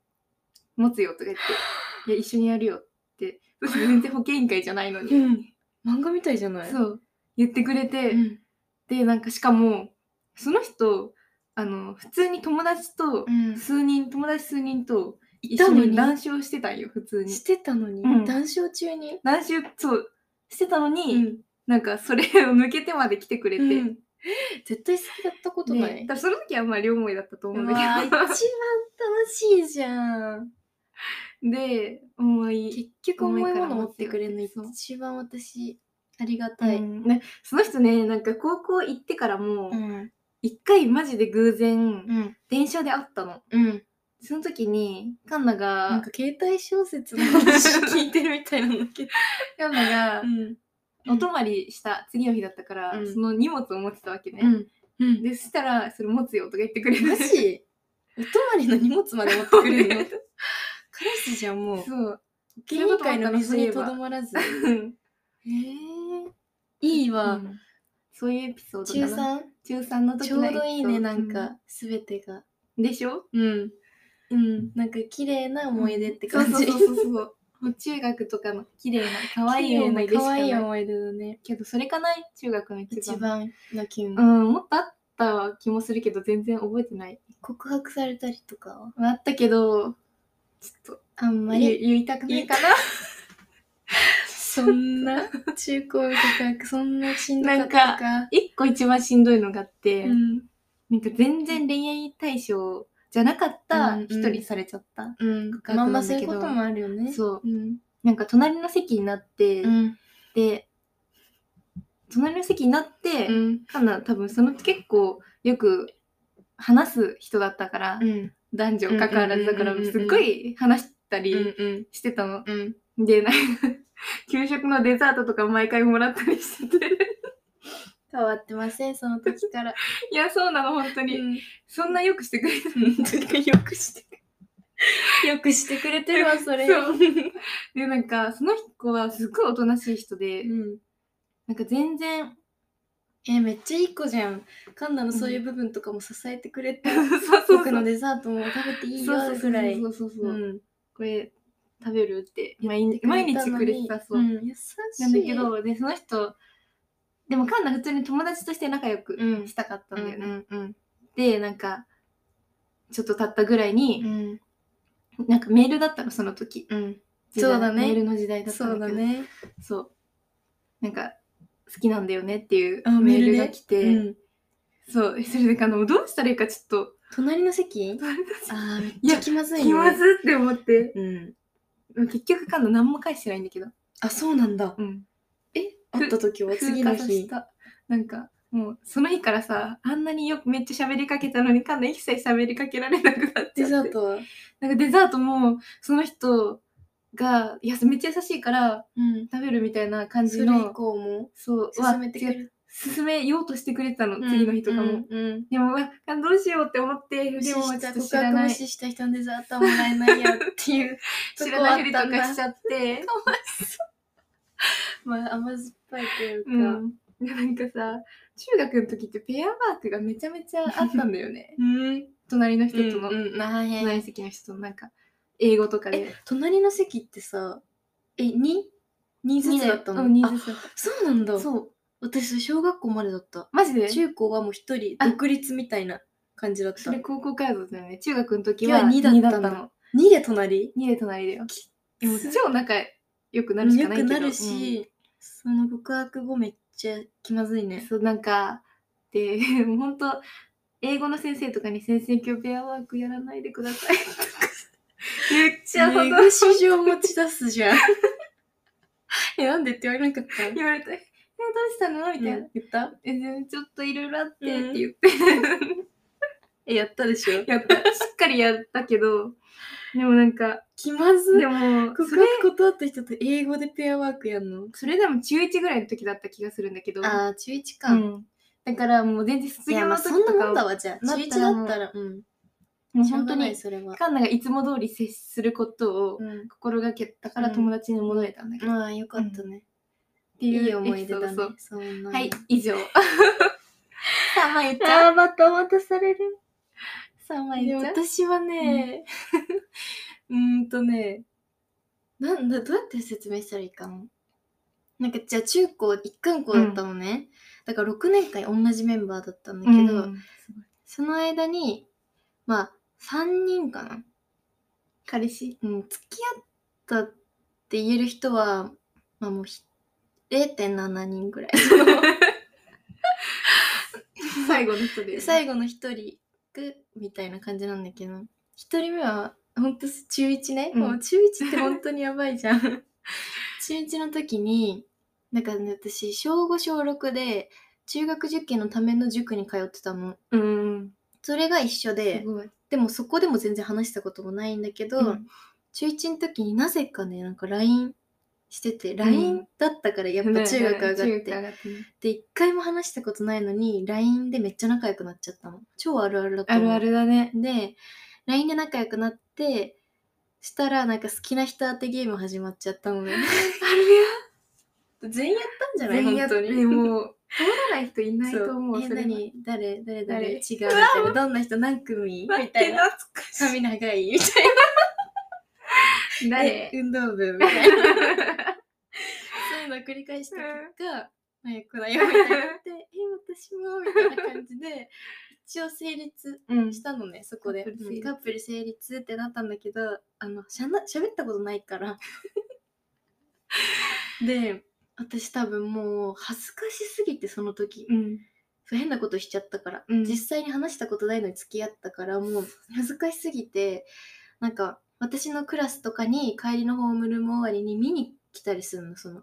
[SPEAKER 2] 持つよとか言って「いや一緒にやるよ」って全然保健委員会じゃないのに、
[SPEAKER 1] 漫画みたいじゃない
[SPEAKER 2] そう言ってくれて、
[SPEAKER 1] うん。
[SPEAKER 2] でなんかしかもその人あの普通に友達と
[SPEAKER 1] うん。
[SPEAKER 2] 数人、友達数人と
[SPEAKER 1] い
[SPEAKER 2] 一
[SPEAKER 1] た
[SPEAKER 2] 緒
[SPEAKER 1] の
[SPEAKER 2] に
[SPEAKER 1] に。
[SPEAKER 2] 談笑してたんよ普通に
[SPEAKER 1] してたのに
[SPEAKER 2] うん
[SPEAKER 1] 談笑中に。
[SPEAKER 2] 談笑そうしてたのに、
[SPEAKER 1] うん。
[SPEAKER 2] なんかそれを抜けてまで来てくれて、
[SPEAKER 1] うん絶対好きだったことな
[SPEAKER 2] で
[SPEAKER 1] い
[SPEAKER 2] 多。分その時はまあ両思いだったと思うん
[SPEAKER 1] うわー
[SPEAKER 2] だ
[SPEAKER 1] 一番楽しいじゃん。
[SPEAKER 2] けど で重い
[SPEAKER 1] 結局重いもの
[SPEAKER 2] 重いから
[SPEAKER 1] 持ってくれるの
[SPEAKER 2] そう
[SPEAKER 1] 一番私ありがたい。
[SPEAKER 2] うんねその人ねなんか高校行ってからも
[SPEAKER 1] うん。
[SPEAKER 2] 一回マジで偶然
[SPEAKER 1] うん。
[SPEAKER 2] 電車で会ったの
[SPEAKER 1] うん。
[SPEAKER 2] その時にカンナ
[SPEAKER 1] なんか
[SPEAKER 2] が
[SPEAKER 1] 携帯小説の話聞いてるみたいなんだけど。
[SPEAKER 2] カンナが
[SPEAKER 1] ん。
[SPEAKER 2] お泊まりした次の日だったから、
[SPEAKER 1] うん
[SPEAKER 2] その荷物を持ってたわけ
[SPEAKER 1] う
[SPEAKER 2] ね、
[SPEAKER 1] ん。うん。
[SPEAKER 2] でそしたら「それ持つよ」とか言ってくれて
[SPEAKER 1] マジお泊まりの荷物まで持ってくれるの 彼氏じゃんもう
[SPEAKER 2] そう
[SPEAKER 1] 芸人界の水にとどまらずへえいいわ、
[SPEAKER 2] うんそういうエピソード
[SPEAKER 1] 中
[SPEAKER 2] かな
[SPEAKER 1] 3
[SPEAKER 2] 中3の時
[SPEAKER 1] ちょうどいいね
[SPEAKER 2] エピソード
[SPEAKER 1] なんか、
[SPEAKER 2] う
[SPEAKER 1] 全てが
[SPEAKER 2] でしょ
[SPEAKER 1] うん
[SPEAKER 2] うん
[SPEAKER 1] なんか綺麗な思い出って
[SPEAKER 2] そう
[SPEAKER 1] 感
[SPEAKER 2] そう
[SPEAKER 1] じ
[SPEAKER 2] そうそ うそうもう中学とかの綺麗な可愛い思い出し
[SPEAKER 1] 可
[SPEAKER 2] かな
[SPEAKER 1] 愛
[SPEAKER 2] い
[SPEAKER 1] い思い出だね
[SPEAKER 2] けどそれかない中学の一
[SPEAKER 1] 一
[SPEAKER 2] 番
[SPEAKER 1] 番の君、
[SPEAKER 2] うんもっとあった気もするけど全然覚えてない
[SPEAKER 1] 告白されたりとかは
[SPEAKER 2] あったけどちょっと
[SPEAKER 1] あんま
[SPEAKER 2] 言
[SPEAKER 1] り
[SPEAKER 2] い言いたくないか
[SPEAKER 1] そんな 中高の告白そんなしんどかった
[SPEAKER 2] なん
[SPEAKER 1] か
[SPEAKER 2] 一個一番しんどいのがあって、
[SPEAKER 1] うん
[SPEAKER 2] なんか全然恋愛対象じゃなかった人にされちゃった、
[SPEAKER 1] うん
[SPEAKER 2] 告白
[SPEAKER 1] まあま
[SPEAKER 2] な
[SPEAKER 1] あ
[SPEAKER 2] ん
[SPEAKER 1] そ
[SPEAKER 2] だ
[SPEAKER 1] うい
[SPEAKER 2] け
[SPEAKER 1] うこ
[SPEAKER 2] ど
[SPEAKER 1] ともあるよね
[SPEAKER 2] そう
[SPEAKER 1] うん
[SPEAKER 2] なんか隣の席になって、
[SPEAKER 1] うん
[SPEAKER 2] で隣の席になって、
[SPEAKER 1] うん
[SPEAKER 2] かな多分その結構よく話す人だったから、
[SPEAKER 1] うん
[SPEAKER 2] 男女関わらずだから
[SPEAKER 1] うんうんうんうんうん
[SPEAKER 2] すっごい話した
[SPEAKER 1] う
[SPEAKER 2] り
[SPEAKER 1] んうん
[SPEAKER 2] してたの、
[SPEAKER 1] うん
[SPEAKER 2] でなんか 給食のデザートとか毎回もらったりしてて
[SPEAKER 1] 変わってませんその時から、
[SPEAKER 2] いやそうなの本当に、そんなよくしてくれて
[SPEAKER 1] うんとにかくよくしてよくしてくれてるわそれ
[SPEAKER 2] そうでなんかその子はすっごいおとなしい人で、
[SPEAKER 1] うん
[SPEAKER 2] なんか全然
[SPEAKER 1] えめっちゃいい子じゃんカンナのそういう部分とかも支えてくれて、
[SPEAKER 2] そうそうそう
[SPEAKER 1] 僕のデザートも食べていいよ
[SPEAKER 2] そうそ
[SPEAKER 1] ぐ
[SPEAKER 2] う
[SPEAKER 1] らい
[SPEAKER 2] そうそうそうそう、
[SPEAKER 1] うん
[SPEAKER 2] これ食べるって毎日毎日くれてたそう、
[SPEAKER 1] ん優しい
[SPEAKER 2] なんだけどでその人でもカンナ普通に友達として仲良く
[SPEAKER 1] うん
[SPEAKER 2] したかったんだよね、
[SPEAKER 1] んうん
[SPEAKER 2] でなんかちょっと経ったぐらいに
[SPEAKER 1] う、ん
[SPEAKER 2] なんかメールだったのその時
[SPEAKER 1] うん
[SPEAKER 2] 時代
[SPEAKER 1] そうだね
[SPEAKER 2] メールの時代だったんだけど
[SPEAKER 1] ね。
[SPEAKER 2] そうなんか好きなんだよねっていう
[SPEAKER 1] あ
[SPEAKER 2] メ
[SPEAKER 1] メー
[SPEAKER 2] ー
[SPEAKER 1] ル
[SPEAKER 2] ル
[SPEAKER 1] で
[SPEAKER 2] が来て、
[SPEAKER 1] うん
[SPEAKER 2] そうそれであのどうしたらいいかちょっ
[SPEAKER 1] 隣の席
[SPEAKER 2] と
[SPEAKER 1] あーめっちゃ気まずいね。
[SPEAKER 2] 気まずって思って
[SPEAKER 1] うん。
[SPEAKER 2] 結局今度何も返してないんだけど、
[SPEAKER 1] あ、そうなんだ。
[SPEAKER 2] うん、
[SPEAKER 1] え会った時は次
[SPEAKER 2] 次
[SPEAKER 1] の
[SPEAKER 2] の日
[SPEAKER 1] 日。
[SPEAKER 2] なんかもうその日からさあんなによくめっちゃ喋りかけたのに今度一切喋りかけられなくなっち
[SPEAKER 1] デ
[SPEAKER 2] ゃ
[SPEAKER 1] ザ
[SPEAKER 2] って
[SPEAKER 1] ートは。
[SPEAKER 2] なんかデザートもその人がいやめっちゃ優しいから
[SPEAKER 1] うん。
[SPEAKER 2] 食べるみたいな感
[SPEAKER 1] それ
[SPEAKER 2] じ
[SPEAKER 1] 以
[SPEAKER 2] の
[SPEAKER 1] 降も
[SPEAKER 2] そう
[SPEAKER 1] 進めてくれ
[SPEAKER 2] は
[SPEAKER 1] る。
[SPEAKER 2] 勧めようとしてくれてたの、次の日とかも、
[SPEAKER 1] うんうん。
[SPEAKER 2] でもうわあどうしようって思って
[SPEAKER 1] 無
[SPEAKER 2] で
[SPEAKER 1] 視
[SPEAKER 2] も
[SPEAKER 1] し
[SPEAKER 2] ちょ
[SPEAKER 1] た
[SPEAKER 2] っと
[SPEAKER 1] 告
[SPEAKER 2] 知ら
[SPEAKER 1] 白無
[SPEAKER 2] ない
[SPEAKER 1] 視した人のデザートはもらえないよっていうと
[SPEAKER 2] 知
[SPEAKER 1] こ
[SPEAKER 2] ら
[SPEAKER 1] はあ
[SPEAKER 2] な
[SPEAKER 1] っ
[SPEAKER 2] いふりと
[SPEAKER 1] たんだ
[SPEAKER 2] かしちゃって
[SPEAKER 1] まあ甘酸っぱいというか、
[SPEAKER 2] うん、なんかさ中学の時ってペアワークがめちゃめちゃあったんだよね
[SPEAKER 1] うん、
[SPEAKER 2] 隣の人
[SPEAKER 1] 人
[SPEAKER 2] と
[SPEAKER 1] と
[SPEAKER 2] の
[SPEAKER 1] の、はいはい
[SPEAKER 2] 隣席の人のなんか英語とか
[SPEAKER 1] え
[SPEAKER 2] で
[SPEAKER 1] 隣の席ってさえに2ずつだったの、
[SPEAKER 2] うん人
[SPEAKER 1] あ
[SPEAKER 2] 数だった
[SPEAKER 1] そうなんだ
[SPEAKER 2] そう
[SPEAKER 1] 私小学校までだった
[SPEAKER 2] マジで
[SPEAKER 1] 中高はもう一人
[SPEAKER 2] あ
[SPEAKER 1] 独立みたいな感じだった
[SPEAKER 2] それ高校からだったよね中学の時
[SPEAKER 1] いや
[SPEAKER 2] は
[SPEAKER 1] 二
[SPEAKER 2] 2
[SPEAKER 1] だ
[SPEAKER 2] だ
[SPEAKER 1] っ
[SPEAKER 2] ったた
[SPEAKER 1] んだ
[SPEAKER 2] の
[SPEAKER 1] 2で隣
[SPEAKER 2] 2で隣だよ
[SPEAKER 1] き
[SPEAKER 2] でも
[SPEAKER 1] つ
[SPEAKER 2] 超仲良くなるし
[SPEAKER 1] 良
[SPEAKER 2] かない
[SPEAKER 1] く
[SPEAKER 2] けど
[SPEAKER 1] なるし、その告白後めっちゃ気まずい
[SPEAKER 2] うん
[SPEAKER 1] ね
[SPEAKER 2] そうなんかで もうほんと英語の先生とかに「先生今日ペアワークやらないでください」と か言っちゃうほ
[SPEAKER 1] ねえ
[SPEAKER 2] ど
[SPEAKER 1] ぐ市場持ち出すじゃんえなんでって言われなかった
[SPEAKER 2] 言われて「えどうしたの?」みたいな。
[SPEAKER 1] 言った
[SPEAKER 2] えちょっといろいろあってって
[SPEAKER 1] うん
[SPEAKER 2] 言って、
[SPEAKER 1] えやったでしょ
[SPEAKER 2] やったしっかりやったけどでもなんか
[SPEAKER 1] 気まず
[SPEAKER 2] でも
[SPEAKER 1] 告
[SPEAKER 2] それ
[SPEAKER 1] 白断った人と英語でペアワークやんの
[SPEAKER 2] それでも中1ぐらいの時だった気がするんだけど
[SPEAKER 1] ああ中1か、
[SPEAKER 2] うん、だからもう全然
[SPEAKER 1] い
[SPEAKER 2] 卒
[SPEAKER 1] や
[SPEAKER 2] 業
[SPEAKER 1] ま
[SPEAKER 2] の
[SPEAKER 1] あ
[SPEAKER 2] 時
[SPEAKER 1] そんな
[SPEAKER 2] と
[SPEAKER 1] も
[SPEAKER 2] か
[SPEAKER 1] んだ
[SPEAKER 2] は
[SPEAKER 1] わじゃあ
[SPEAKER 2] な
[SPEAKER 1] 中
[SPEAKER 2] っ
[SPEAKER 1] 1
[SPEAKER 2] た
[SPEAKER 1] だ
[SPEAKER 2] ら
[SPEAKER 1] ったらうん
[SPEAKER 2] もう
[SPEAKER 1] しょう
[SPEAKER 2] 本
[SPEAKER 1] が
[SPEAKER 2] 当
[SPEAKER 1] ない
[SPEAKER 2] に
[SPEAKER 1] それは、
[SPEAKER 2] カンナがいつも通り接することを
[SPEAKER 1] うん、
[SPEAKER 2] 心がけたから友達に戻れたんだけど、っ
[SPEAKER 1] まあよかったね、
[SPEAKER 2] ていう
[SPEAKER 1] いい思い出だ
[SPEAKER 2] エ
[SPEAKER 1] ね
[SPEAKER 2] ピソード
[SPEAKER 1] そんな
[SPEAKER 2] そう
[SPEAKER 1] の
[SPEAKER 2] はい以上さあまゆち
[SPEAKER 1] あ
[SPEAKER 2] ゃ
[SPEAKER 1] あ
[SPEAKER 2] ん
[SPEAKER 1] またまたされる
[SPEAKER 2] さあまゆちゃん
[SPEAKER 1] 私はね、
[SPEAKER 2] うんとね
[SPEAKER 1] なんだどうやって説明したらいいかななんかじゃあ中高一貫校だったのね、だから6年間同じメンバーだったんだけど、
[SPEAKER 2] うん
[SPEAKER 1] その間にまあ3人かな
[SPEAKER 2] 彼氏
[SPEAKER 1] うん、付き合ったって言える人は、まあ、もうひ0.7人ぐらい
[SPEAKER 2] 最後の人で
[SPEAKER 1] 最後の1人くみたいな感じなんだけど1人目は本当中1ね、
[SPEAKER 2] うん
[SPEAKER 1] もう中1って本当にやばいじゃん 中1の時になんか、ね、私小5小6で中学受験のための塾に通ってたの
[SPEAKER 2] うん
[SPEAKER 1] それが一緒
[SPEAKER 2] す
[SPEAKER 1] で
[SPEAKER 2] ごい、
[SPEAKER 1] でもそこでも全然話したこともないんだけど、中1の時になぜかねなんか LINE してて LINE だったからやっぱ中学上がって、
[SPEAKER 2] 中学上がってね
[SPEAKER 1] で一回も話したことないのに LINE でめっちゃ仲良くなっちゃったの超あるあるだと
[SPEAKER 2] あ
[SPEAKER 1] 思う
[SPEAKER 2] るあるだね
[SPEAKER 1] で LINE で仲良くなってしたらなんか好きな人当てゲーム始まっちゃったのね 全員やったんじゃない
[SPEAKER 2] 全員や
[SPEAKER 1] 本
[SPEAKER 2] っ
[SPEAKER 1] 当に
[SPEAKER 2] でもう通らない人いない
[SPEAKER 1] そ
[SPEAKER 2] と
[SPEAKER 1] う
[SPEAKER 2] 思う
[SPEAKER 1] え
[SPEAKER 2] それは
[SPEAKER 1] 何誰誰誰
[SPEAKER 2] 誰
[SPEAKER 1] 違うみたいなどんな人何組みたいな
[SPEAKER 2] 懐か
[SPEAKER 1] 髪長いみたい
[SPEAKER 2] い
[SPEAKER 1] な
[SPEAKER 2] 誰
[SPEAKER 1] 運動部みたいなそういうのを繰り返した結果、まゆっこだよみたいになって、え、私もみたいな感じで、一応成立
[SPEAKER 2] うん
[SPEAKER 1] したのね、そこで。
[SPEAKER 2] カップル成立
[SPEAKER 1] カップル成立ってなったんだけど、あの、しゃな喋ったことないから。 で、私多分もう恥ずかしすぎてその時
[SPEAKER 2] うん
[SPEAKER 1] そう変なことしちゃったから、
[SPEAKER 2] うん
[SPEAKER 1] 実際に話したことないのに付き合ったからもう恥ずかしすぎてなんか私のクラスとかに帰りのホームルーム終わりに見に来たりするのその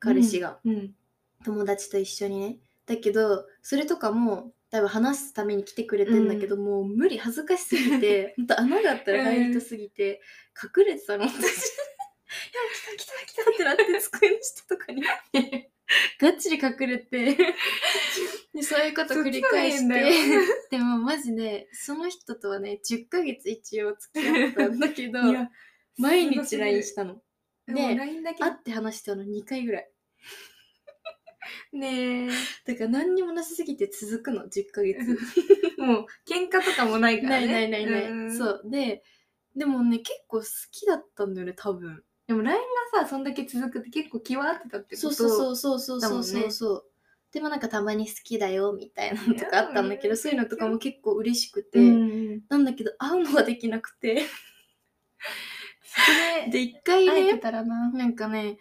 [SPEAKER 1] 彼氏が、
[SPEAKER 2] うん
[SPEAKER 1] 友達と一緒にねだけどそれとかも多分話すために来てくれてんだけど、もう無理恥ずかしすぎ てほんと穴があったら入りとすぎて、隠れてたの私いや来た来た来たってなって机の下とかにがっちり隠れ てでそういうこと繰り返
[SPEAKER 2] そ
[SPEAKER 1] し
[SPEAKER 2] っちが
[SPEAKER 1] て
[SPEAKER 2] いいんだ
[SPEAKER 1] でもマジでその人とはね10ヶ月一応付き合ったんだけ ど毎日 LINE したの
[SPEAKER 2] で
[SPEAKER 1] で
[SPEAKER 2] LINE だけ
[SPEAKER 1] 会って話したの2回ぐらい
[SPEAKER 2] ねえ
[SPEAKER 1] だから何にもなさすぎて続くの10ヶ月
[SPEAKER 2] もう喧嘩とかもないか
[SPEAKER 1] な
[SPEAKER 2] ら
[SPEAKER 1] い
[SPEAKER 2] ね
[SPEAKER 1] ないないない、
[SPEAKER 2] うん
[SPEAKER 1] そうででもね結構好きだったんだよね多分
[SPEAKER 2] でも LINE がさそんだけ続くって結構気は合ってたってこと
[SPEAKER 1] そうそうそうそうそう
[SPEAKER 2] だ
[SPEAKER 1] そ
[SPEAKER 2] もん
[SPEAKER 1] う
[SPEAKER 2] ね
[SPEAKER 1] そうそうでもなんかたまに好きだよみたいなのとかあったんだけ
[SPEAKER 2] い
[SPEAKER 1] ど
[SPEAKER 2] やー
[SPEAKER 1] そういうのとかも結構嬉しくて、
[SPEAKER 2] うんうん
[SPEAKER 1] なんだけど会うのができなくて
[SPEAKER 2] それ
[SPEAKER 1] で、一回
[SPEAKER 2] 会えて
[SPEAKER 1] ね、
[SPEAKER 2] たらな。
[SPEAKER 1] なんかね、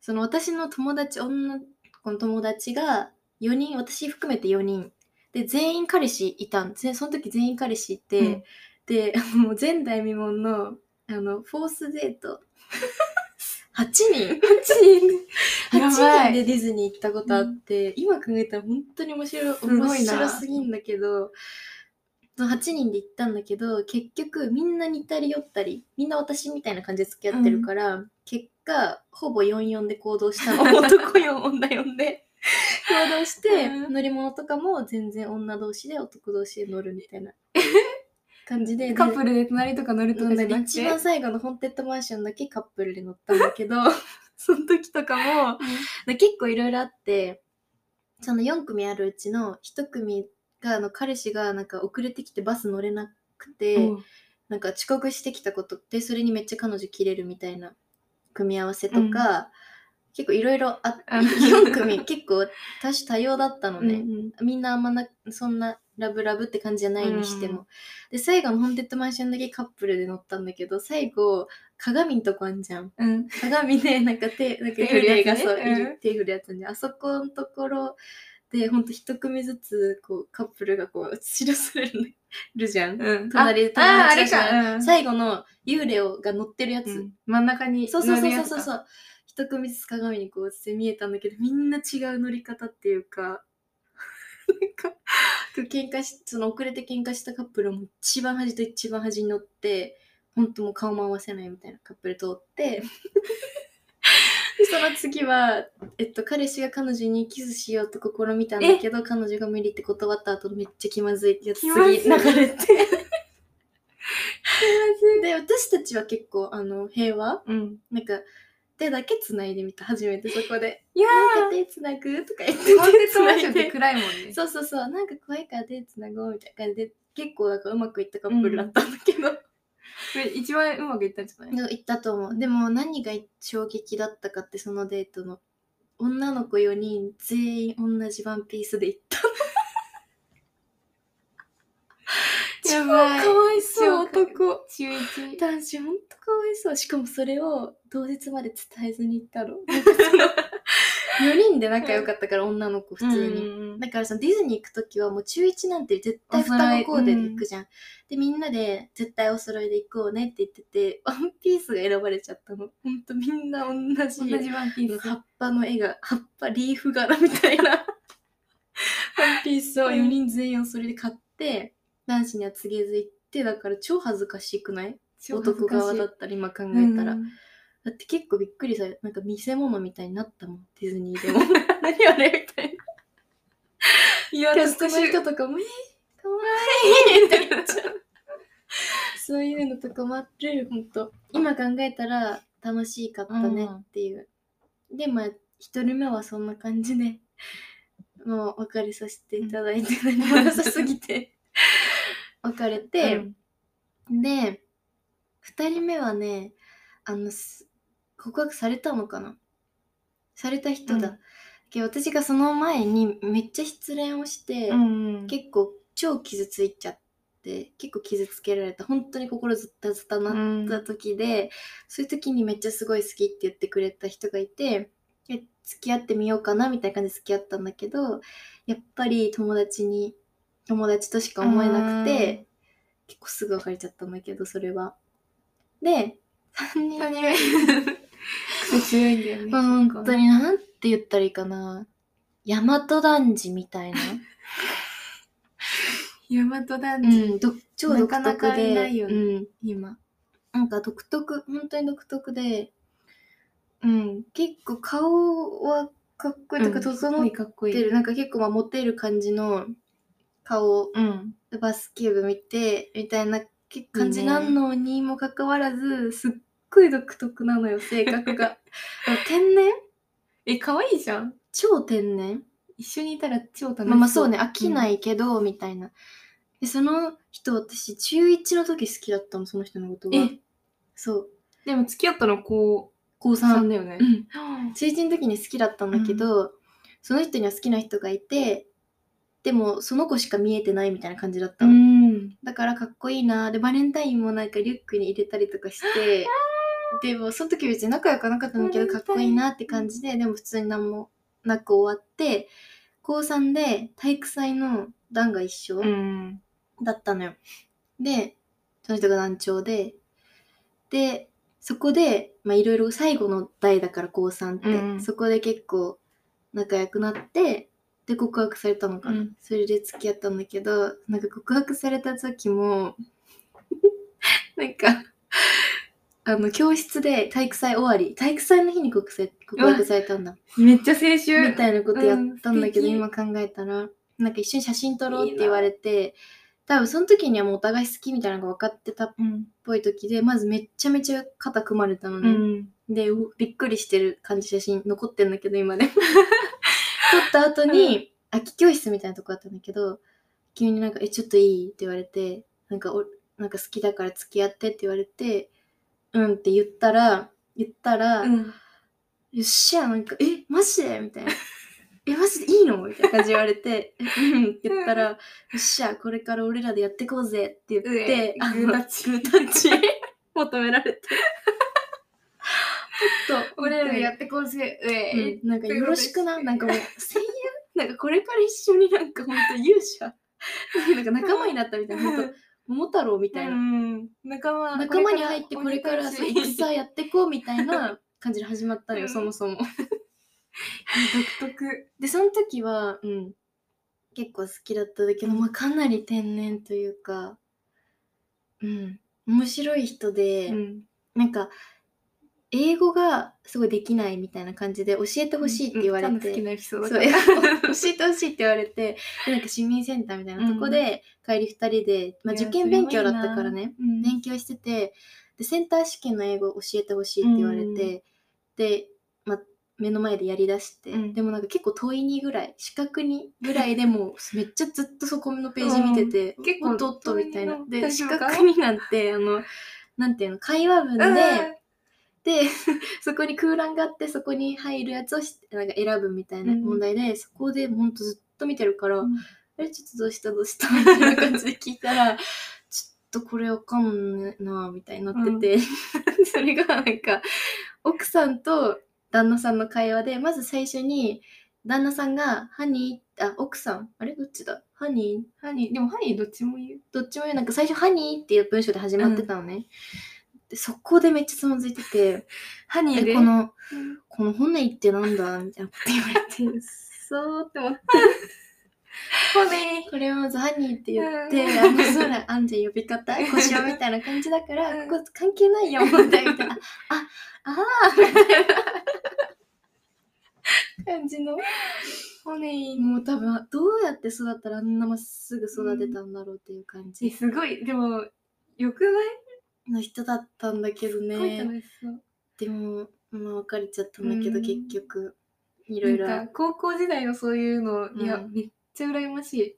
[SPEAKER 1] その私の友達、女の子の友達が4人、私含めて4人。で、全員彼氏いたんぜその時全員彼氏いて、
[SPEAKER 2] うん
[SPEAKER 1] で、 もう前代未聞の、あの、フォースデー ト。8人
[SPEAKER 2] やば
[SPEAKER 1] ?8 人
[SPEAKER 2] い
[SPEAKER 1] でディズニー行ったことあって、今考えたら本当に面白い、
[SPEAKER 2] ごいな
[SPEAKER 1] 面白すぎんだけど、その8人で行ったんだけど、結局みんな似たり寄ったり、みんな私みたいな感じで付き合ってるから、結果、ほぼ44で行動 したの。男4、女4で。行動して、
[SPEAKER 2] うん
[SPEAKER 1] 乗り物とかも全然女同士で男同士で乗るみたいな感じで
[SPEAKER 2] カップルで隣とか乗ると
[SPEAKER 1] な
[SPEAKER 2] か
[SPEAKER 1] ん
[SPEAKER 2] じ
[SPEAKER 1] かね
[SPEAKER 2] ゃなく
[SPEAKER 1] 一
[SPEAKER 2] て。
[SPEAKER 1] 番最後のホーンテッドマンションだけカップルで乗ったんだけど その時とかもで結構いろいろあってその4組あるうちの1組があの彼氏がなんか遅れてきてバス乗れなくて、
[SPEAKER 2] うん
[SPEAKER 1] なんか遅刻してきたことってそれにめっちゃ彼女キレるみたいな組み合わせとか、結構いろいろあって
[SPEAKER 2] あ
[SPEAKER 1] 4組結構多種多様だったの
[SPEAKER 2] うんう
[SPEAKER 1] ね。
[SPEAKER 2] ん
[SPEAKER 1] みんなあんまなそんなラブラブって感じじゃないにしても、で最後のホーンテッドマンションだけカップルで乗ったんだけど最後鏡のとこあんじ ゃん
[SPEAKER 2] うん。
[SPEAKER 1] 鏡でなんか手なんか
[SPEAKER 2] 手振るやつね
[SPEAKER 1] がそう、
[SPEAKER 2] うん
[SPEAKER 1] 手振るやつねあそこのところでほんと一組ずつこうカップルがこう知らされるじゃん、
[SPEAKER 2] うん。
[SPEAKER 1] 隣で友
[SPEAKER 2] ああ、あれ
[SPEAKER 1] 達だし
[SPEAKER 2] か。うん
[SPEAKER 1] 最後の幽霊をが乗ってるやつ、
[SPEAKER 2] うん真ん中に
[SPEAKER 1] そうそう
[SPEAKER 2] 乗
[SPEAKER 1] そ
[SPEAKER 2] る
[SPEAKER 1] うそ
[SPEAKER 2] や
[SPEAKER 1] う
[SPEAKER 2] つ
[SPEAKER 1] そう
[SPEAKER 2] か
[SPEAKER 1] そう一組ずつ鏡にこう映って見えたんだけどみんな違う乗り方っていうか なんか喧嘩しその遅れて喧嘩したカップルも一番端と一番端に乗って本当もう顔も合わせないみたいなカップル通ってでその次は、えっと、彼氏が彼女にキスしようと試みたんだけど彼女が無理って断った後めっちゃ気まずいってやつ
[SPEAKER 2] 気まずい
[SPEAKER 1] 次流れてで私たちは結構あの平和
[SPEAKER 2] うん。
[SPEAKER 1] なんか手だけつないでみた初めてそこ で
[SPEAKER 2] い
[SPEAKER 1] 「
[SPEAKER 2] や
[SPEAKER 1] なんか手つなぐ?」とか言って
[SPEAKER 2] ー、コンテ
[SPEAKER 1] 手
[SPEAKER 2] ン
[SPEAKER 1] つ
[SPEAKER 2] ツマ
[SPEAKER 1] な
[SPEAKER 2] ンショ
[SPEAKER 1] い
[SPEAKER 2] ンって
[SPEAKER 1] で
[SPEAKER 2] 暗いもんね。
[SPEAKER 1] そうそうそうなんか怖いから手つなごうみたいな感じで結構なんかうまくいったカップルだったんだけど、
[SPEAKER 2] これ一番うまくいったんじゃない
[SPEAKER 1] でもいったと思うでも何が衝撃だったかってそのデートの女の子4人全員同じワンピースで行った
[SPEAKER 2] やば い
[SPEAKER 1] 超かわいそう
[SPEAKER 2] 超
[SPEAKER 1] 男
[SPEAKER 2] 中一。
[SPEAKER 1] 男子ほんとかわいそうしかもそれを当日まで伝えずに行った のなんかその4人で仲良かったから女の子普通に、
[SPEAKER 2] に
[SPEAKER 1] だからそのディズニー行く時はもう中1なんて絶対
[SPEAKER 2] お揃い
[SPEAKER 1] 双子コーデで行くじゃん、でみんなで絶対お揃いで行こうねって言っててワンピースが選ばれちゃったのほんとみんな同じ
[SPEAKER 2] 同じワンピース。
[SPEAKER 1] 葉っぱの絵が葉っぱリーフ柄みたいなワンピースを4人全員お揃いで買って男子には告げず行ってだから超恥ずかしくない男側だったら今考えたら、
[SPEAKER 2] うん
[SPEAKER 1] だって結構びっくりさなんか見せ物みたいになったもんディズニーでも何あれみたい
[SPEAKER 2] いや、
[SPEAKER 1] なキャスト
[SPEAKER 2] 私
[SPEAKER 1] の人とかも「えー、かわいい」って言っちゃうそういうのとかもあってほんと今考えたら楽しかったねっていう、でまあ一人目はそんな感じでもうお別れさせていただいて何もなさすぎて別れて、
[SPEAKER 2] うん
[SPEAKER 1] で2人目はねあのす告白されたのかなされた人だ、
[SPEAKER 2] うん
[SPEAKER 1] けど私がその前にめっちゃ失恋をして、
[SPEAKER 2] うん
[SPEAKER 1] 結構超傷ついちゃって結構傷つけられた本当に心ずったずたなった時で、そういう時にめっちゃすごい好きって言ってくれた人がいてえ付き合ってみようかなみたいな感じで付き合ったんだけどやっぱり友達に友達としか思えなくて結構すぐ別れちゃったんだけどそれは。で3人
[SPEAKER 2] 人目。強いんだよ ね。
[SPEAKER 1] 本当になんて言ったらいいかな大和男児みたいな、
[SPEAKER 2] ヤマト
[SPEAKER 1] う
[SPEAKER 2] 男児。
[SPEAKER 1] ん、ど超独特で
[SPEAKER 2] なかなかいないよね
[SPEAKER 1] うん、
[SPEAKER 2] 今。
[SPEAKER 1] なんか独特本当に独特で、うん、結構顔はかっこいいというか整っ
[SPEAKER 2] かっこい
[SPEAKER 1] て
[SPEAKER 2] い。
[SPEAKER 1] る、なんか結構まあモテる感じの顔
[SPEAKER 2] うん。
[SPEAKER 1] バスケ部見てみたいなけ感じなのにもかかわらずすっごい独特なのよ性格 があの天然
[SPEAKER 2] え、可愛いじゃん。
[SPEAKER 1] 超天然
[SPEAKER 2] 一緒にいたら超楽しい。
[SPEAKER 1] まあまあそうね飽きないけど、みたいなでその人私中1の時好きだったのその人のこと
[SPEAKER 2] うん。
[SPEAKER 1] が
[SPEAKER 2] え、
[SPEAKER 1] そう
[SPEAKER 2] でも付き合ったの高
[SPEAKER 1] 高
[SPEAKER 2] 3
[SPEAKER 1] 3
[SPEAKER 2] だよね
[SPEAKER 1] う。ん中1の時に好きだったんだけど、その人には好きな人がいてでもその子しか見えてないみたいな感じだったの、
[SPEAKER 2] ん。
[SPEAKER 1] だからかっこいいなでバレンタインもなんかリュックに入れたりとかしてでもその時別に仲良くはなかったんだけどかっこいいなって感じででも普通に何もなく終わって高3で体育祭の段が一緒、
[SPEAKER 2] ん。
[SPEAKER 1] だったのよ。で、その人が難聴で、で、そこで、まあいろいろ最後の代だから高三って、
[SPEAKER 2] うんうん
[SPEAKER 1] そこで結構仲良くなって、で告白されたのかな、
[SPEAKER 2] うん
[SPEAKER 1] それで付き合ったんだけど、なんか告白された時も、 なんか、あの教室で体育祭終わり、体育祭の日に告白され告白されたんだ。
[SPEAKER 2] めっちゃ青春。
[SPEAKER 1] みたいなことやったんだけど、
[SPEAKER 2] うん
[SPEAKER 1] 今考えたらなんか一緒に写真撮ろうって言われて多分その時にはもうお互い好きみたいなのが分かってたっ
[SPEAKER 2] うん。
[SPEAKER 1] ぽい時でまずめっちゃめちゃ肩組まれたの
[SPEAKER 2] う
[SPEAKER 1] ね、
[SPEAKER 2] ん。
[SPEAKER 1] でうびっくりしてる感じ写真残ってんだけど今で も撮った後に空き教室みたいなとこあったんだけど急になんか「えちょっといい?」って言われてなんかおなんか好きだから付き合ってって言われて「うん」って言ったら言ったら、
[SPEAKER 2] うん。
[SPEAKER 1] よっしゃ、なんか、え、マジでみたいな。え、マジでいいのみたいな感じで言われて、えうんって言ったら、よっしゃ、これから俺らでやってこうぜって言って、
[SPEAKER 2] うえ
[SPEAKER 1] あの
[SPEAKER 2] グータッチ
[SPEAKER 1] グータッ チ求められて。ちょっと、
[SPEAKER 2] 俺らでや
[SPEAKER 1] っ
[SPEAKER 2] ってこうぜ。
[SPEAKER 1] て、
[SPEAKER 2] うえい。
[SPEAKER 1] うんなんかよろしくな、
[SPEAKER 2] グー
[SPEAKER 1] な
[SPEAKER 2] タッ
[SPEAKER 1] んかもう、声
[SPEAKER 2] チ
[SPEAKER 1] 優なんかこれから一緒になんか本当勇者、 なんか仲間になったみたいな、本当桃太郎みたいな。
[SPEAKER 2] ん。仲間
[SPEAKER 1] 仲間に入ってこれからそう戦
[SPEAKER 2] 独
[SPEAKER 1] やってこうみたいな感じで始まったの
[SPEAKER 2] う
[SPEAKER 1] よ、
[SPEAKER 2] ん
[SPEAKER 1] そもそも。
[SPEAKER 2] 特。
[SPEAKER 1] でその時は、うん、結構好きだったんだけど、まあ、かなり天然というか、うん、面白い人で、
[SPEAKER 2] ん。
[SPEAKER 1] なんか英語がすごいできないみたいな感じで教えてほしいって言われて、
[SPEAKER 2] 好きなエピソ ード
[SPEAKER 1] そう
[SPEAKER 2] だ
[SPEAKER 1] 英
[SPEAKER 2] か
[SPEAKER 1] 語
[SPEAKER 2] ら。
[SPEAKER 1] 教えてほしいって言われてでなんか市民センターみたいなとこで、帰り2人で、まあ、
[SPEAKER 2] いや
[SPEAKER 1] 受験勉強だったからね
[SPEAKER 2] それもいいな
[SPEAKER 1] 勉強しててでセンター試験の英語を教えてほしいって言われて、
[SPEAKER 2] うん
[SPEAKER 1] で、まあ、目の前でやりだして、
[SPEAKER 2] うん
[SPEAKER 1] でもなんか結構遠いにぐらい視覚にぐらいで もうめっちゃずっとそこのページ見てて、
[SPEAKER 2] うん結構
[SPEAKER 1] おっとっとみたいな
[SPEAKER 2] 遠いの
[SPEAKER 1] で
[SPEAKER 2] 大
[SPEAKER 1] 視
[SPEAKER 2] 丈夫か
[SPEAKER 1] 覚になんてあのなんていうの会話文で、で そこに空欄があってそこに入るやつをしなんか選ぶみたいな
[SPEAKER 2] うん
[SPEAKER 1] 問題で、そこでほんとずっと見てるから、
[SPEAKER 2] うん
[SPEAKER 1] あれちょっとどうしたどうしたみたいな感じで聞いた らちょっとこれわかんないなみたいになってて、 それがなんか奥さんと旦那さんの会話でまず最初に旦那さんが「ハニー」あ奥さんあれどっちだハニー
[SPEAKER 2] ハニー、でもハニーどっちも言う。
[SPEAKER 1] どっちも言うなんか最初「ハニー」っていう文章で始まってたのね、でそこでめっちゃつまずいてて 「
[SPEAKER 2] ハニー
[SPEAKER 1] え
[SPEAKER 2] で。
[SPEAKER 1] この
[SPEAKER 2] うん
[SPEAKER 1] この本音ってなんだみたいなこと言われて、そうって思って、
[SPEAKER 2] コネ
[SPEAKER 1] これをまずハニーって言って、
[SPEAKER 2] うん
[SPEAKER 1] あの空、あんじゃん呼び方、こしようみたいな感じだから、
[SPEAKER 2] うん
[SPEAKER 1] ここ関係ないよ、問題み たいな。あ、ああーみたいな感じの。
[SPEAKER 2] コネ
[SPEAKER 1] もう多分、どうやって育ったらあんなまっすぐ育てたんだろうっていう感じ
[SPEAKER 2] すごい。でも、よく
[SPEAKER 1] の人だったんだけど
[SPEAKER 2] ないすごい
[SPEAKER 1] ね。
[SPEAKER 2] 楽しそう。
[SPEAKER 1] でも、まあ別れちゃったんだけ
[SPEAKER 2] う
[SPEAKER 1] ど、
[SPEAKER 2] ん
[SPEAKER 1] 結局、いろいろ。
[SPEAKER 2] なんか高校時代のそういうの、いや
[SPEAKER 1] うん
[SPEAKER 2] めっちゃ羨まし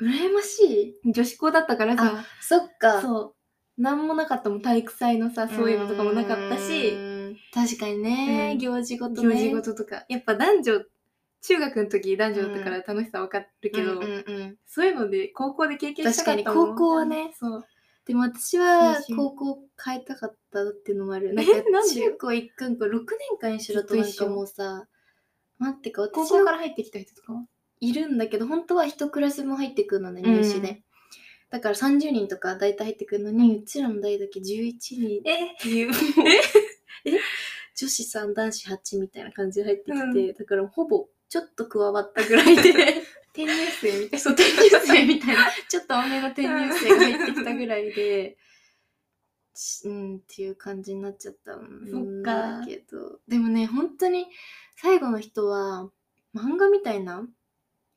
[SPEAKER 1] 羨ましい
[SPEAKER 2] い女子校だったからさ
[SPEAKER 1] そっか。
[SPEAKER 2] そうなんもなかったもん体育祭のさそういうのとかもなかった
[SPEAKER 1] う
[SPEAKER 2] し
[SPEAKER 1] ーん確かにね、
[SPEAKER 2] うん
[SPEAKER 1] 行事ごと
[SPEAKER 2] 行
[SPEAKER 1] ね
[SPEAKER 2] 事ごととかやっぱ男女中学の時男女だったから楽しさわかるけど、
[SPEAKER 1] うんうんうん
[SPEAKER 2] そういうので高校で経験したかっ
[SPEAKER 1] 確
[SPEAKER 2] た
[SPEAKER 1] かに高校はね
[SPEAKER 2] そう
[SPEAKER 1] でも私は
[SPEAKER 2] 青春
[SPEAKER 1] 高校変えたかったっていうのもあるなん
[SPEAKER 2] え
[SPEAKER 1] か
[SPEAKER 2] なんで
[SPEAKER 1] 中高一貫校6年間一緒だとなんかもうさ待ってか
[SPEAKER 2] 高
[SPEAKER 1] 私
[SPEAKER 2] 校か
[SPEAKER 1] は
[SPEAKER 2] ら入ってきた人とかはい
[SPEAKER 1] るんだけど本当は一クラスも入ってくるのね
[SPEAKER 2] うん
[SPEAKER 1] 入試で、だから30人とか大体入ってくるのにうちらの代だけ11人
[SPEAKER 2] え
[SPEAKER 1] っていう え女子3男子8みたいな感じで入ってきて、
[SPEAKER 2] うん
[SPEAKER 1] だからほぼちょっと加わったぐらいで
[SPEAKER 2] 転入生みた い
[SPEAKER 1] そう転入生みたいな ちょっと多めの転入生が入ってきたぐらいでしうんっていう感じになっちゃったんだけどでもね本当に最後の人は漫画みたいな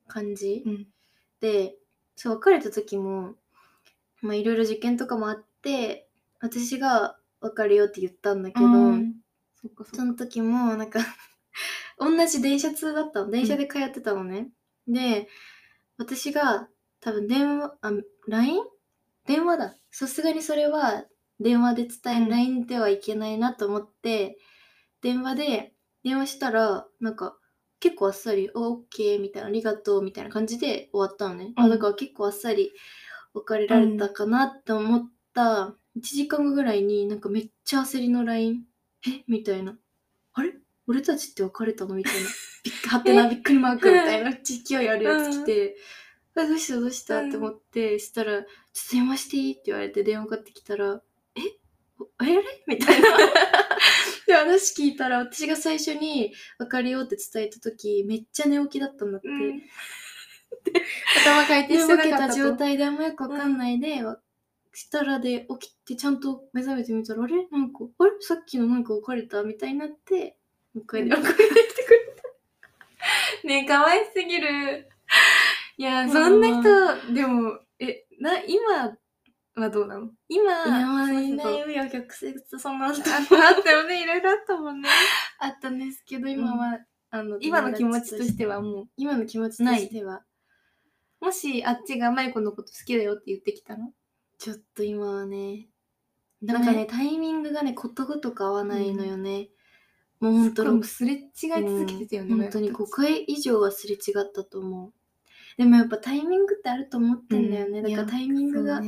[SPEAKER 1] 感じ、
[SPEAKER 2] な、うん、
[SPEAKER 1] でそう別れた時もまあいろいろ受験とかもあって私が別れようって言ったんだけど、
[SPEAKER 2] うんそっかそ
[SPEAKER 1] そ
[SPEAKER 2] っか
[SPEAKER 1] の時もなんか 同じ電車通だったの電車で通ってたのね、で私が多分電話あ LINE? 電話ださすがにそれは電話で伝え、
[SPEAKER 2] うん
[SPEAKER 1] LINE ではいけないなと思って電話で電話したらなんか結構あっさり「オッケー」みたいな「ありがとう」みたいな感じで終わったのね、
[SPEAKER 2] う
[SPEAKER 1] あ
[SPEAKER 2] ん
[SPEAKER 1] だから結構あっさり別れられたかなって思った1時間後ぐらいになんかめっちゃ焦りの LINE えみたいな。あれ俺たちって別れたの みたいな。びっくはてなびっくりマークみたいな勢いあるやつ来て、あどうしたどうしたって思って、したら、ちょっと電話していいって言われて電話かかってきたら、えおあれあれみ たいな。で、話聞いたら、私が最初に別れようって伝えた時、めっちゃ寝起きだったんだって。
[SPEAKER 2] 頭回
[SPEAKER 1] で、
[SPEAKER 2] 転
[SPEAKER 1] 避
[SPEAKER 2] して
[SPEAKER 1] け
[SPEAKER 2] なかったた
[SPEAKER 1] 状
[SPEAKER 2] と。
[SPEAKER 1] 態であんまよくわかんないで、わしたらで起きてちゃんと目覚めてみたら、あれなんか、あれさっきのなんか別れたみたいになって、もう一回電話かけてきてくれた。ねえ、かわいすぎる。いや、そんな人、でも、え、な、今はどうなの今、その人と
[SPEAKER 2] よ、曲折そんなあ
[SPEAKER 1] あ
[SPEAKER 2] っ あったよね、いろいろあったも んね。
[SPEAKER 1] あったんですけど、今は、あの、
[SPEAKER 2] 今の気持ちとしてはも
[SPEAKER 1] 今の気持ちとしては、
[SPEAKER 2] う、もしあっちがまゆこのこと好きだよって言ってきたの
[SPEAKER 1] ちょっと今はね、
[SPEAKER 2] ダ
[SPEAKER 1] な
[SPEAKER 2] メ
[SPEAKER 1] んかね、タイミングがね、ことごとく合わないのよね。もう
[SPEAKER 2] 本
[SPEAKER 1] 本当
[SPEAKER 2] 当
[SPEAKER 1] に
[SPEAKER 2] に、すれ違い続けてたよね。
[SPEAKER 1] 本当に
[SPEAKER 2] こ
[SPEAKER 1] 5回以上はすれ違ったと思う。でもやっぱタイミングってあると思ってんだよね。
[SPEAKER 2] うん
[SPEAKER 1] だからタイミングが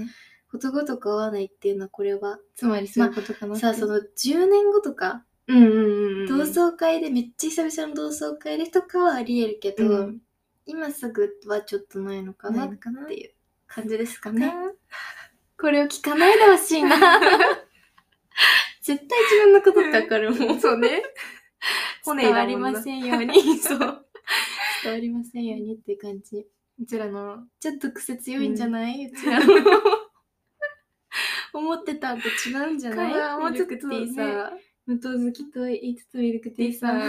[SPEAKER 1] ことごとく合わないっていうのはこれは。
[SPEAKER 2] つまりそういうことかなって
[SPEAKER 1] さあ、その10年後とか、
[SPEAKER 2] うんうんうん。
[SPEAKER 1] 同窓会で、めっちゃ久々の同窓会でとかはありえるけど、
[SPEAKER 2] うん
[SPEAKER 1] 今すぐはちょっとないのか
[SPEAKER 2] かな
[SPEAKER 1] なっ
[SPEAKER 2] かなってて
[SPEAKER 1] いう感じですかね
[SPEAKER 2] ね。。
[SPEAKER 1] これを聞かないでほしいな。 絶対自分のことってわかるもん。そうね。
[SPEAKER 2] 骨
[SPEAKER 1] 伝わ
[SPEAKER 2] だ
[SPEAKER 1] り
[SPEAKER 2] もんな
[SPEAKER 1] ませんように。そう。伝わりませんようにっていう感じ。
[SPEAKER 2] うちらの、
[SPEAKER 1] ちょっと癖強いんじゃない、うちらの。 思ってたんと違うんじゃ
[SPEAKER 2] か
[SPEAKER 1] な
[SPEAKER 2] わ
[SPEAKER 1] い
[SPEAKER 2] いいもうちょっとね
[SPEAKER 1] ミルクティーさ。無糖好きと言いつつミルクティーさ。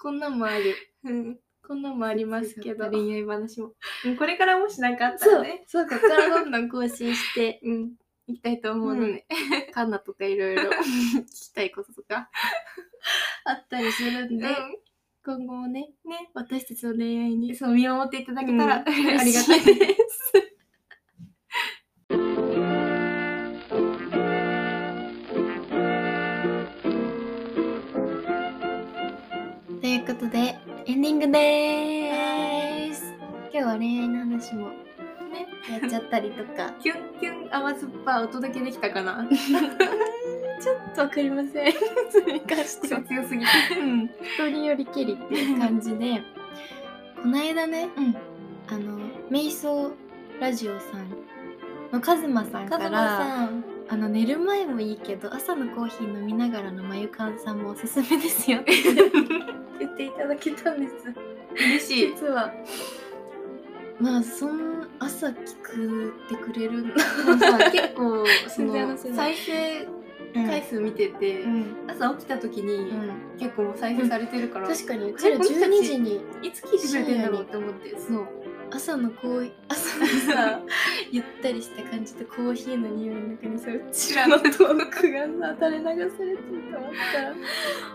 [SPEAKER 1] こんなんもある。
[SPEAKER 2] うん、
[SPEAKER 1] こんなんもありますけど。
[SPEAKER 2] 恋愛話も。うんこれからもしなんかあった
[SPEAKER 1] そ
[SPEAKER 2] ら
[SPEAKER 1] う
[SPEAKER 2] ね。、
[SPEAKER 1] そうか、ここからどんどん更新 して
[SPEAKER 2] うん。
[SPEAKER 1] いきたいと思うので、 カンナとかいろいろ聞きたいこととか あったりするんで、
[SPEAKER 2] う
[SPEAKER 1] 今後もね、
[SPEAKER 2] ん。ね。
[SPEAKER 1] 私たちの恋愛に
[SPEAKER 2] そう、見守っていただけたら、
[SPEAKER 1] うん
[SPEAKER 2] ありがた
[SPEAKER 1] 嬉し
[SPEAKER 2] い
[SPEAKER 1] い
[SPEAKER 2] で。
[SPEAKER 1] ですということで、エンディングでーす。今日は恋愛の話も
[SPEAKER 2] ね
[SPEAKER 1] やっちゃったりとか。
[SPEAKER 2] キュンキュン甘酸っぱいお届けできたかな。
[SPEAKER 1] ちょっとわかりま せん。それに関しては。
[SPEAKER 2] 強すぎて。
[SPEAKER 1] うん。人によりけりっていう感じで、 この間ね、
[SPEAKER 2] うん。
[SPEAKER 1] あの、瞑想ラジオさんのカズマさん
[SPEAKER 2] カ
[SPEAKER 1] か
[SPEAKER 2] ズマ
[SPEAKER 1] ら、
[SPEAKER 2] さん。
[SPEAKER 1] あの、寝る前もいいけど、朝のコーヒー飲みながらのまゆかんさんもおすすめですよって 言っていただけたんです。
[SPEAKER 2] 嬉しい。
[SPEAKER 1] 実はまあそん朝聞くってくれるんだ、
[SPEAKER 2] でもさ結構そ
[SPEAKER 1] 全然
[SPEAKER 2] の
[SPEAKER 1] 話せな
[SPEAKER 2] 再生回
[SPEAKER 1] 回
[SPEAKER 2] 数見てて、
[SPEAKER 1] うん
[SPEAKER 2] 朝起きた時
[SPEAKER 1] う
[SPEAKER 2] に
[SPEAKER 1] ん、
[SPEAKER 2] 結構もう再生されてるから、
[SPEAKER 1] 確かにう
[SPEAKER 2] こ
[SPEAKER 1] ち
[SPEAKER 2] れ
[SPEAKER 1] ら
[SPEAKER 2] この人たち
[SPEAKER 1] 12時に
[SPEAKER 2] いつ聞いてくれてんだろうって思ってそう
[SPEAKER 1] 朝のこう 朝の さゆったりした感じとコーヒーの匂いの中にさうちらの登録がさ垂れ流されてると思ったら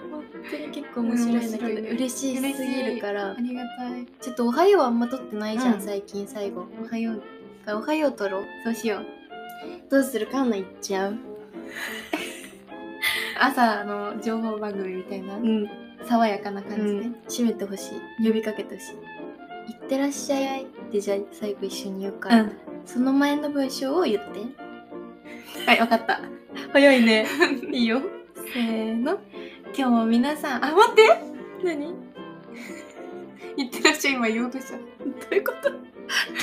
[SPEAKER 1] 本当に結構面白いんだけど、
[SPEAKER 2] うん面白いね
[SPEAKER 1] 嬉しいすぎるから
[SPEAKER 2] ありがたい
[SPEAKER 1] ちょっと「おはよう」はあんま撮ってないじゃん、
[SPEAKER 2] うん
[SPEAKER 1] 最近最後「おはよう」おはよう撮ろう
[SPEAKER 2] そうしよう
[SPEAKER 1] どうするかんな言っちゃう
[SPEAKER 2] 朝の情報番組みたいな、
[SPEAKER 1] ん
[SPEAKER 2] 爽やかな
[SPEAKER 1] 感
[SPEAKER 2] 感
[SPEAKER 1] じ
[SPEAKER 2] じ
[SPEAKER 1] で、締め
[SPEAKER 2] で、
[SPEAKER 1] てほしい呼びかけてほしい「いってらっしゃい」ってじゃあ最後一緒に言うから、その前の文章を言って
[SPEAKER 2] はいわかった
[SPEAKER 1] 早 いね
[SPEAKER 2] いいよ
[SPEAKER 1] せーの
[SPEAKER 2] 今日も皆さんあ待って
[SPEAKER 1] 何
[SPEAKER 2] いってらっしゃい今言おうとした
[SPEAKER 1] どういうこと今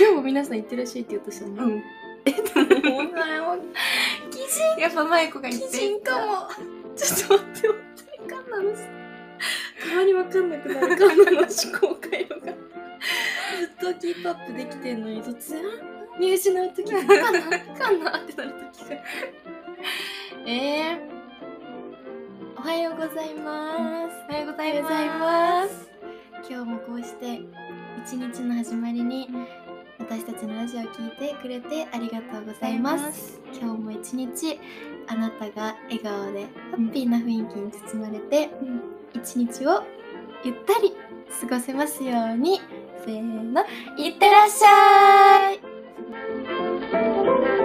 [SPEAKER 1] 日も皆さん「いってらっしゃい」って言おうとしたの、
[SPEAKER 2] ん
[SPEAKER 1] お 前は
[SPEAKER 2] 基人やっぱ舞子が言って
[SPEAKER 1] 基人かもちょっと待って本当にカンナのたまにわかんなくなるカンナの思考回路がずっとキープアップできてんのに突然見失う時がカンナカンナってなる時が えー、おはようございます
[SPEAKER 2] おはようご
[SPEAKER 1] お
[SPEAKER 2] ざ
[SPEAKER 1] はよ
[SPEAKER 2] いうま
[SPEAKER 1] ご
[SPEAKER 2] す
[SPEAKER 1] ざいます今日もこうして一日の始まりに私たちのラジオを聞いてくれてありがとうございます今日も一日あなたが笑顔でハッピーな雰囲気に包まれて、
[SPEAKER 2] うん
[SPEAKER 1] 一日をゆったり過ごせますようにせーのいってらっしゃい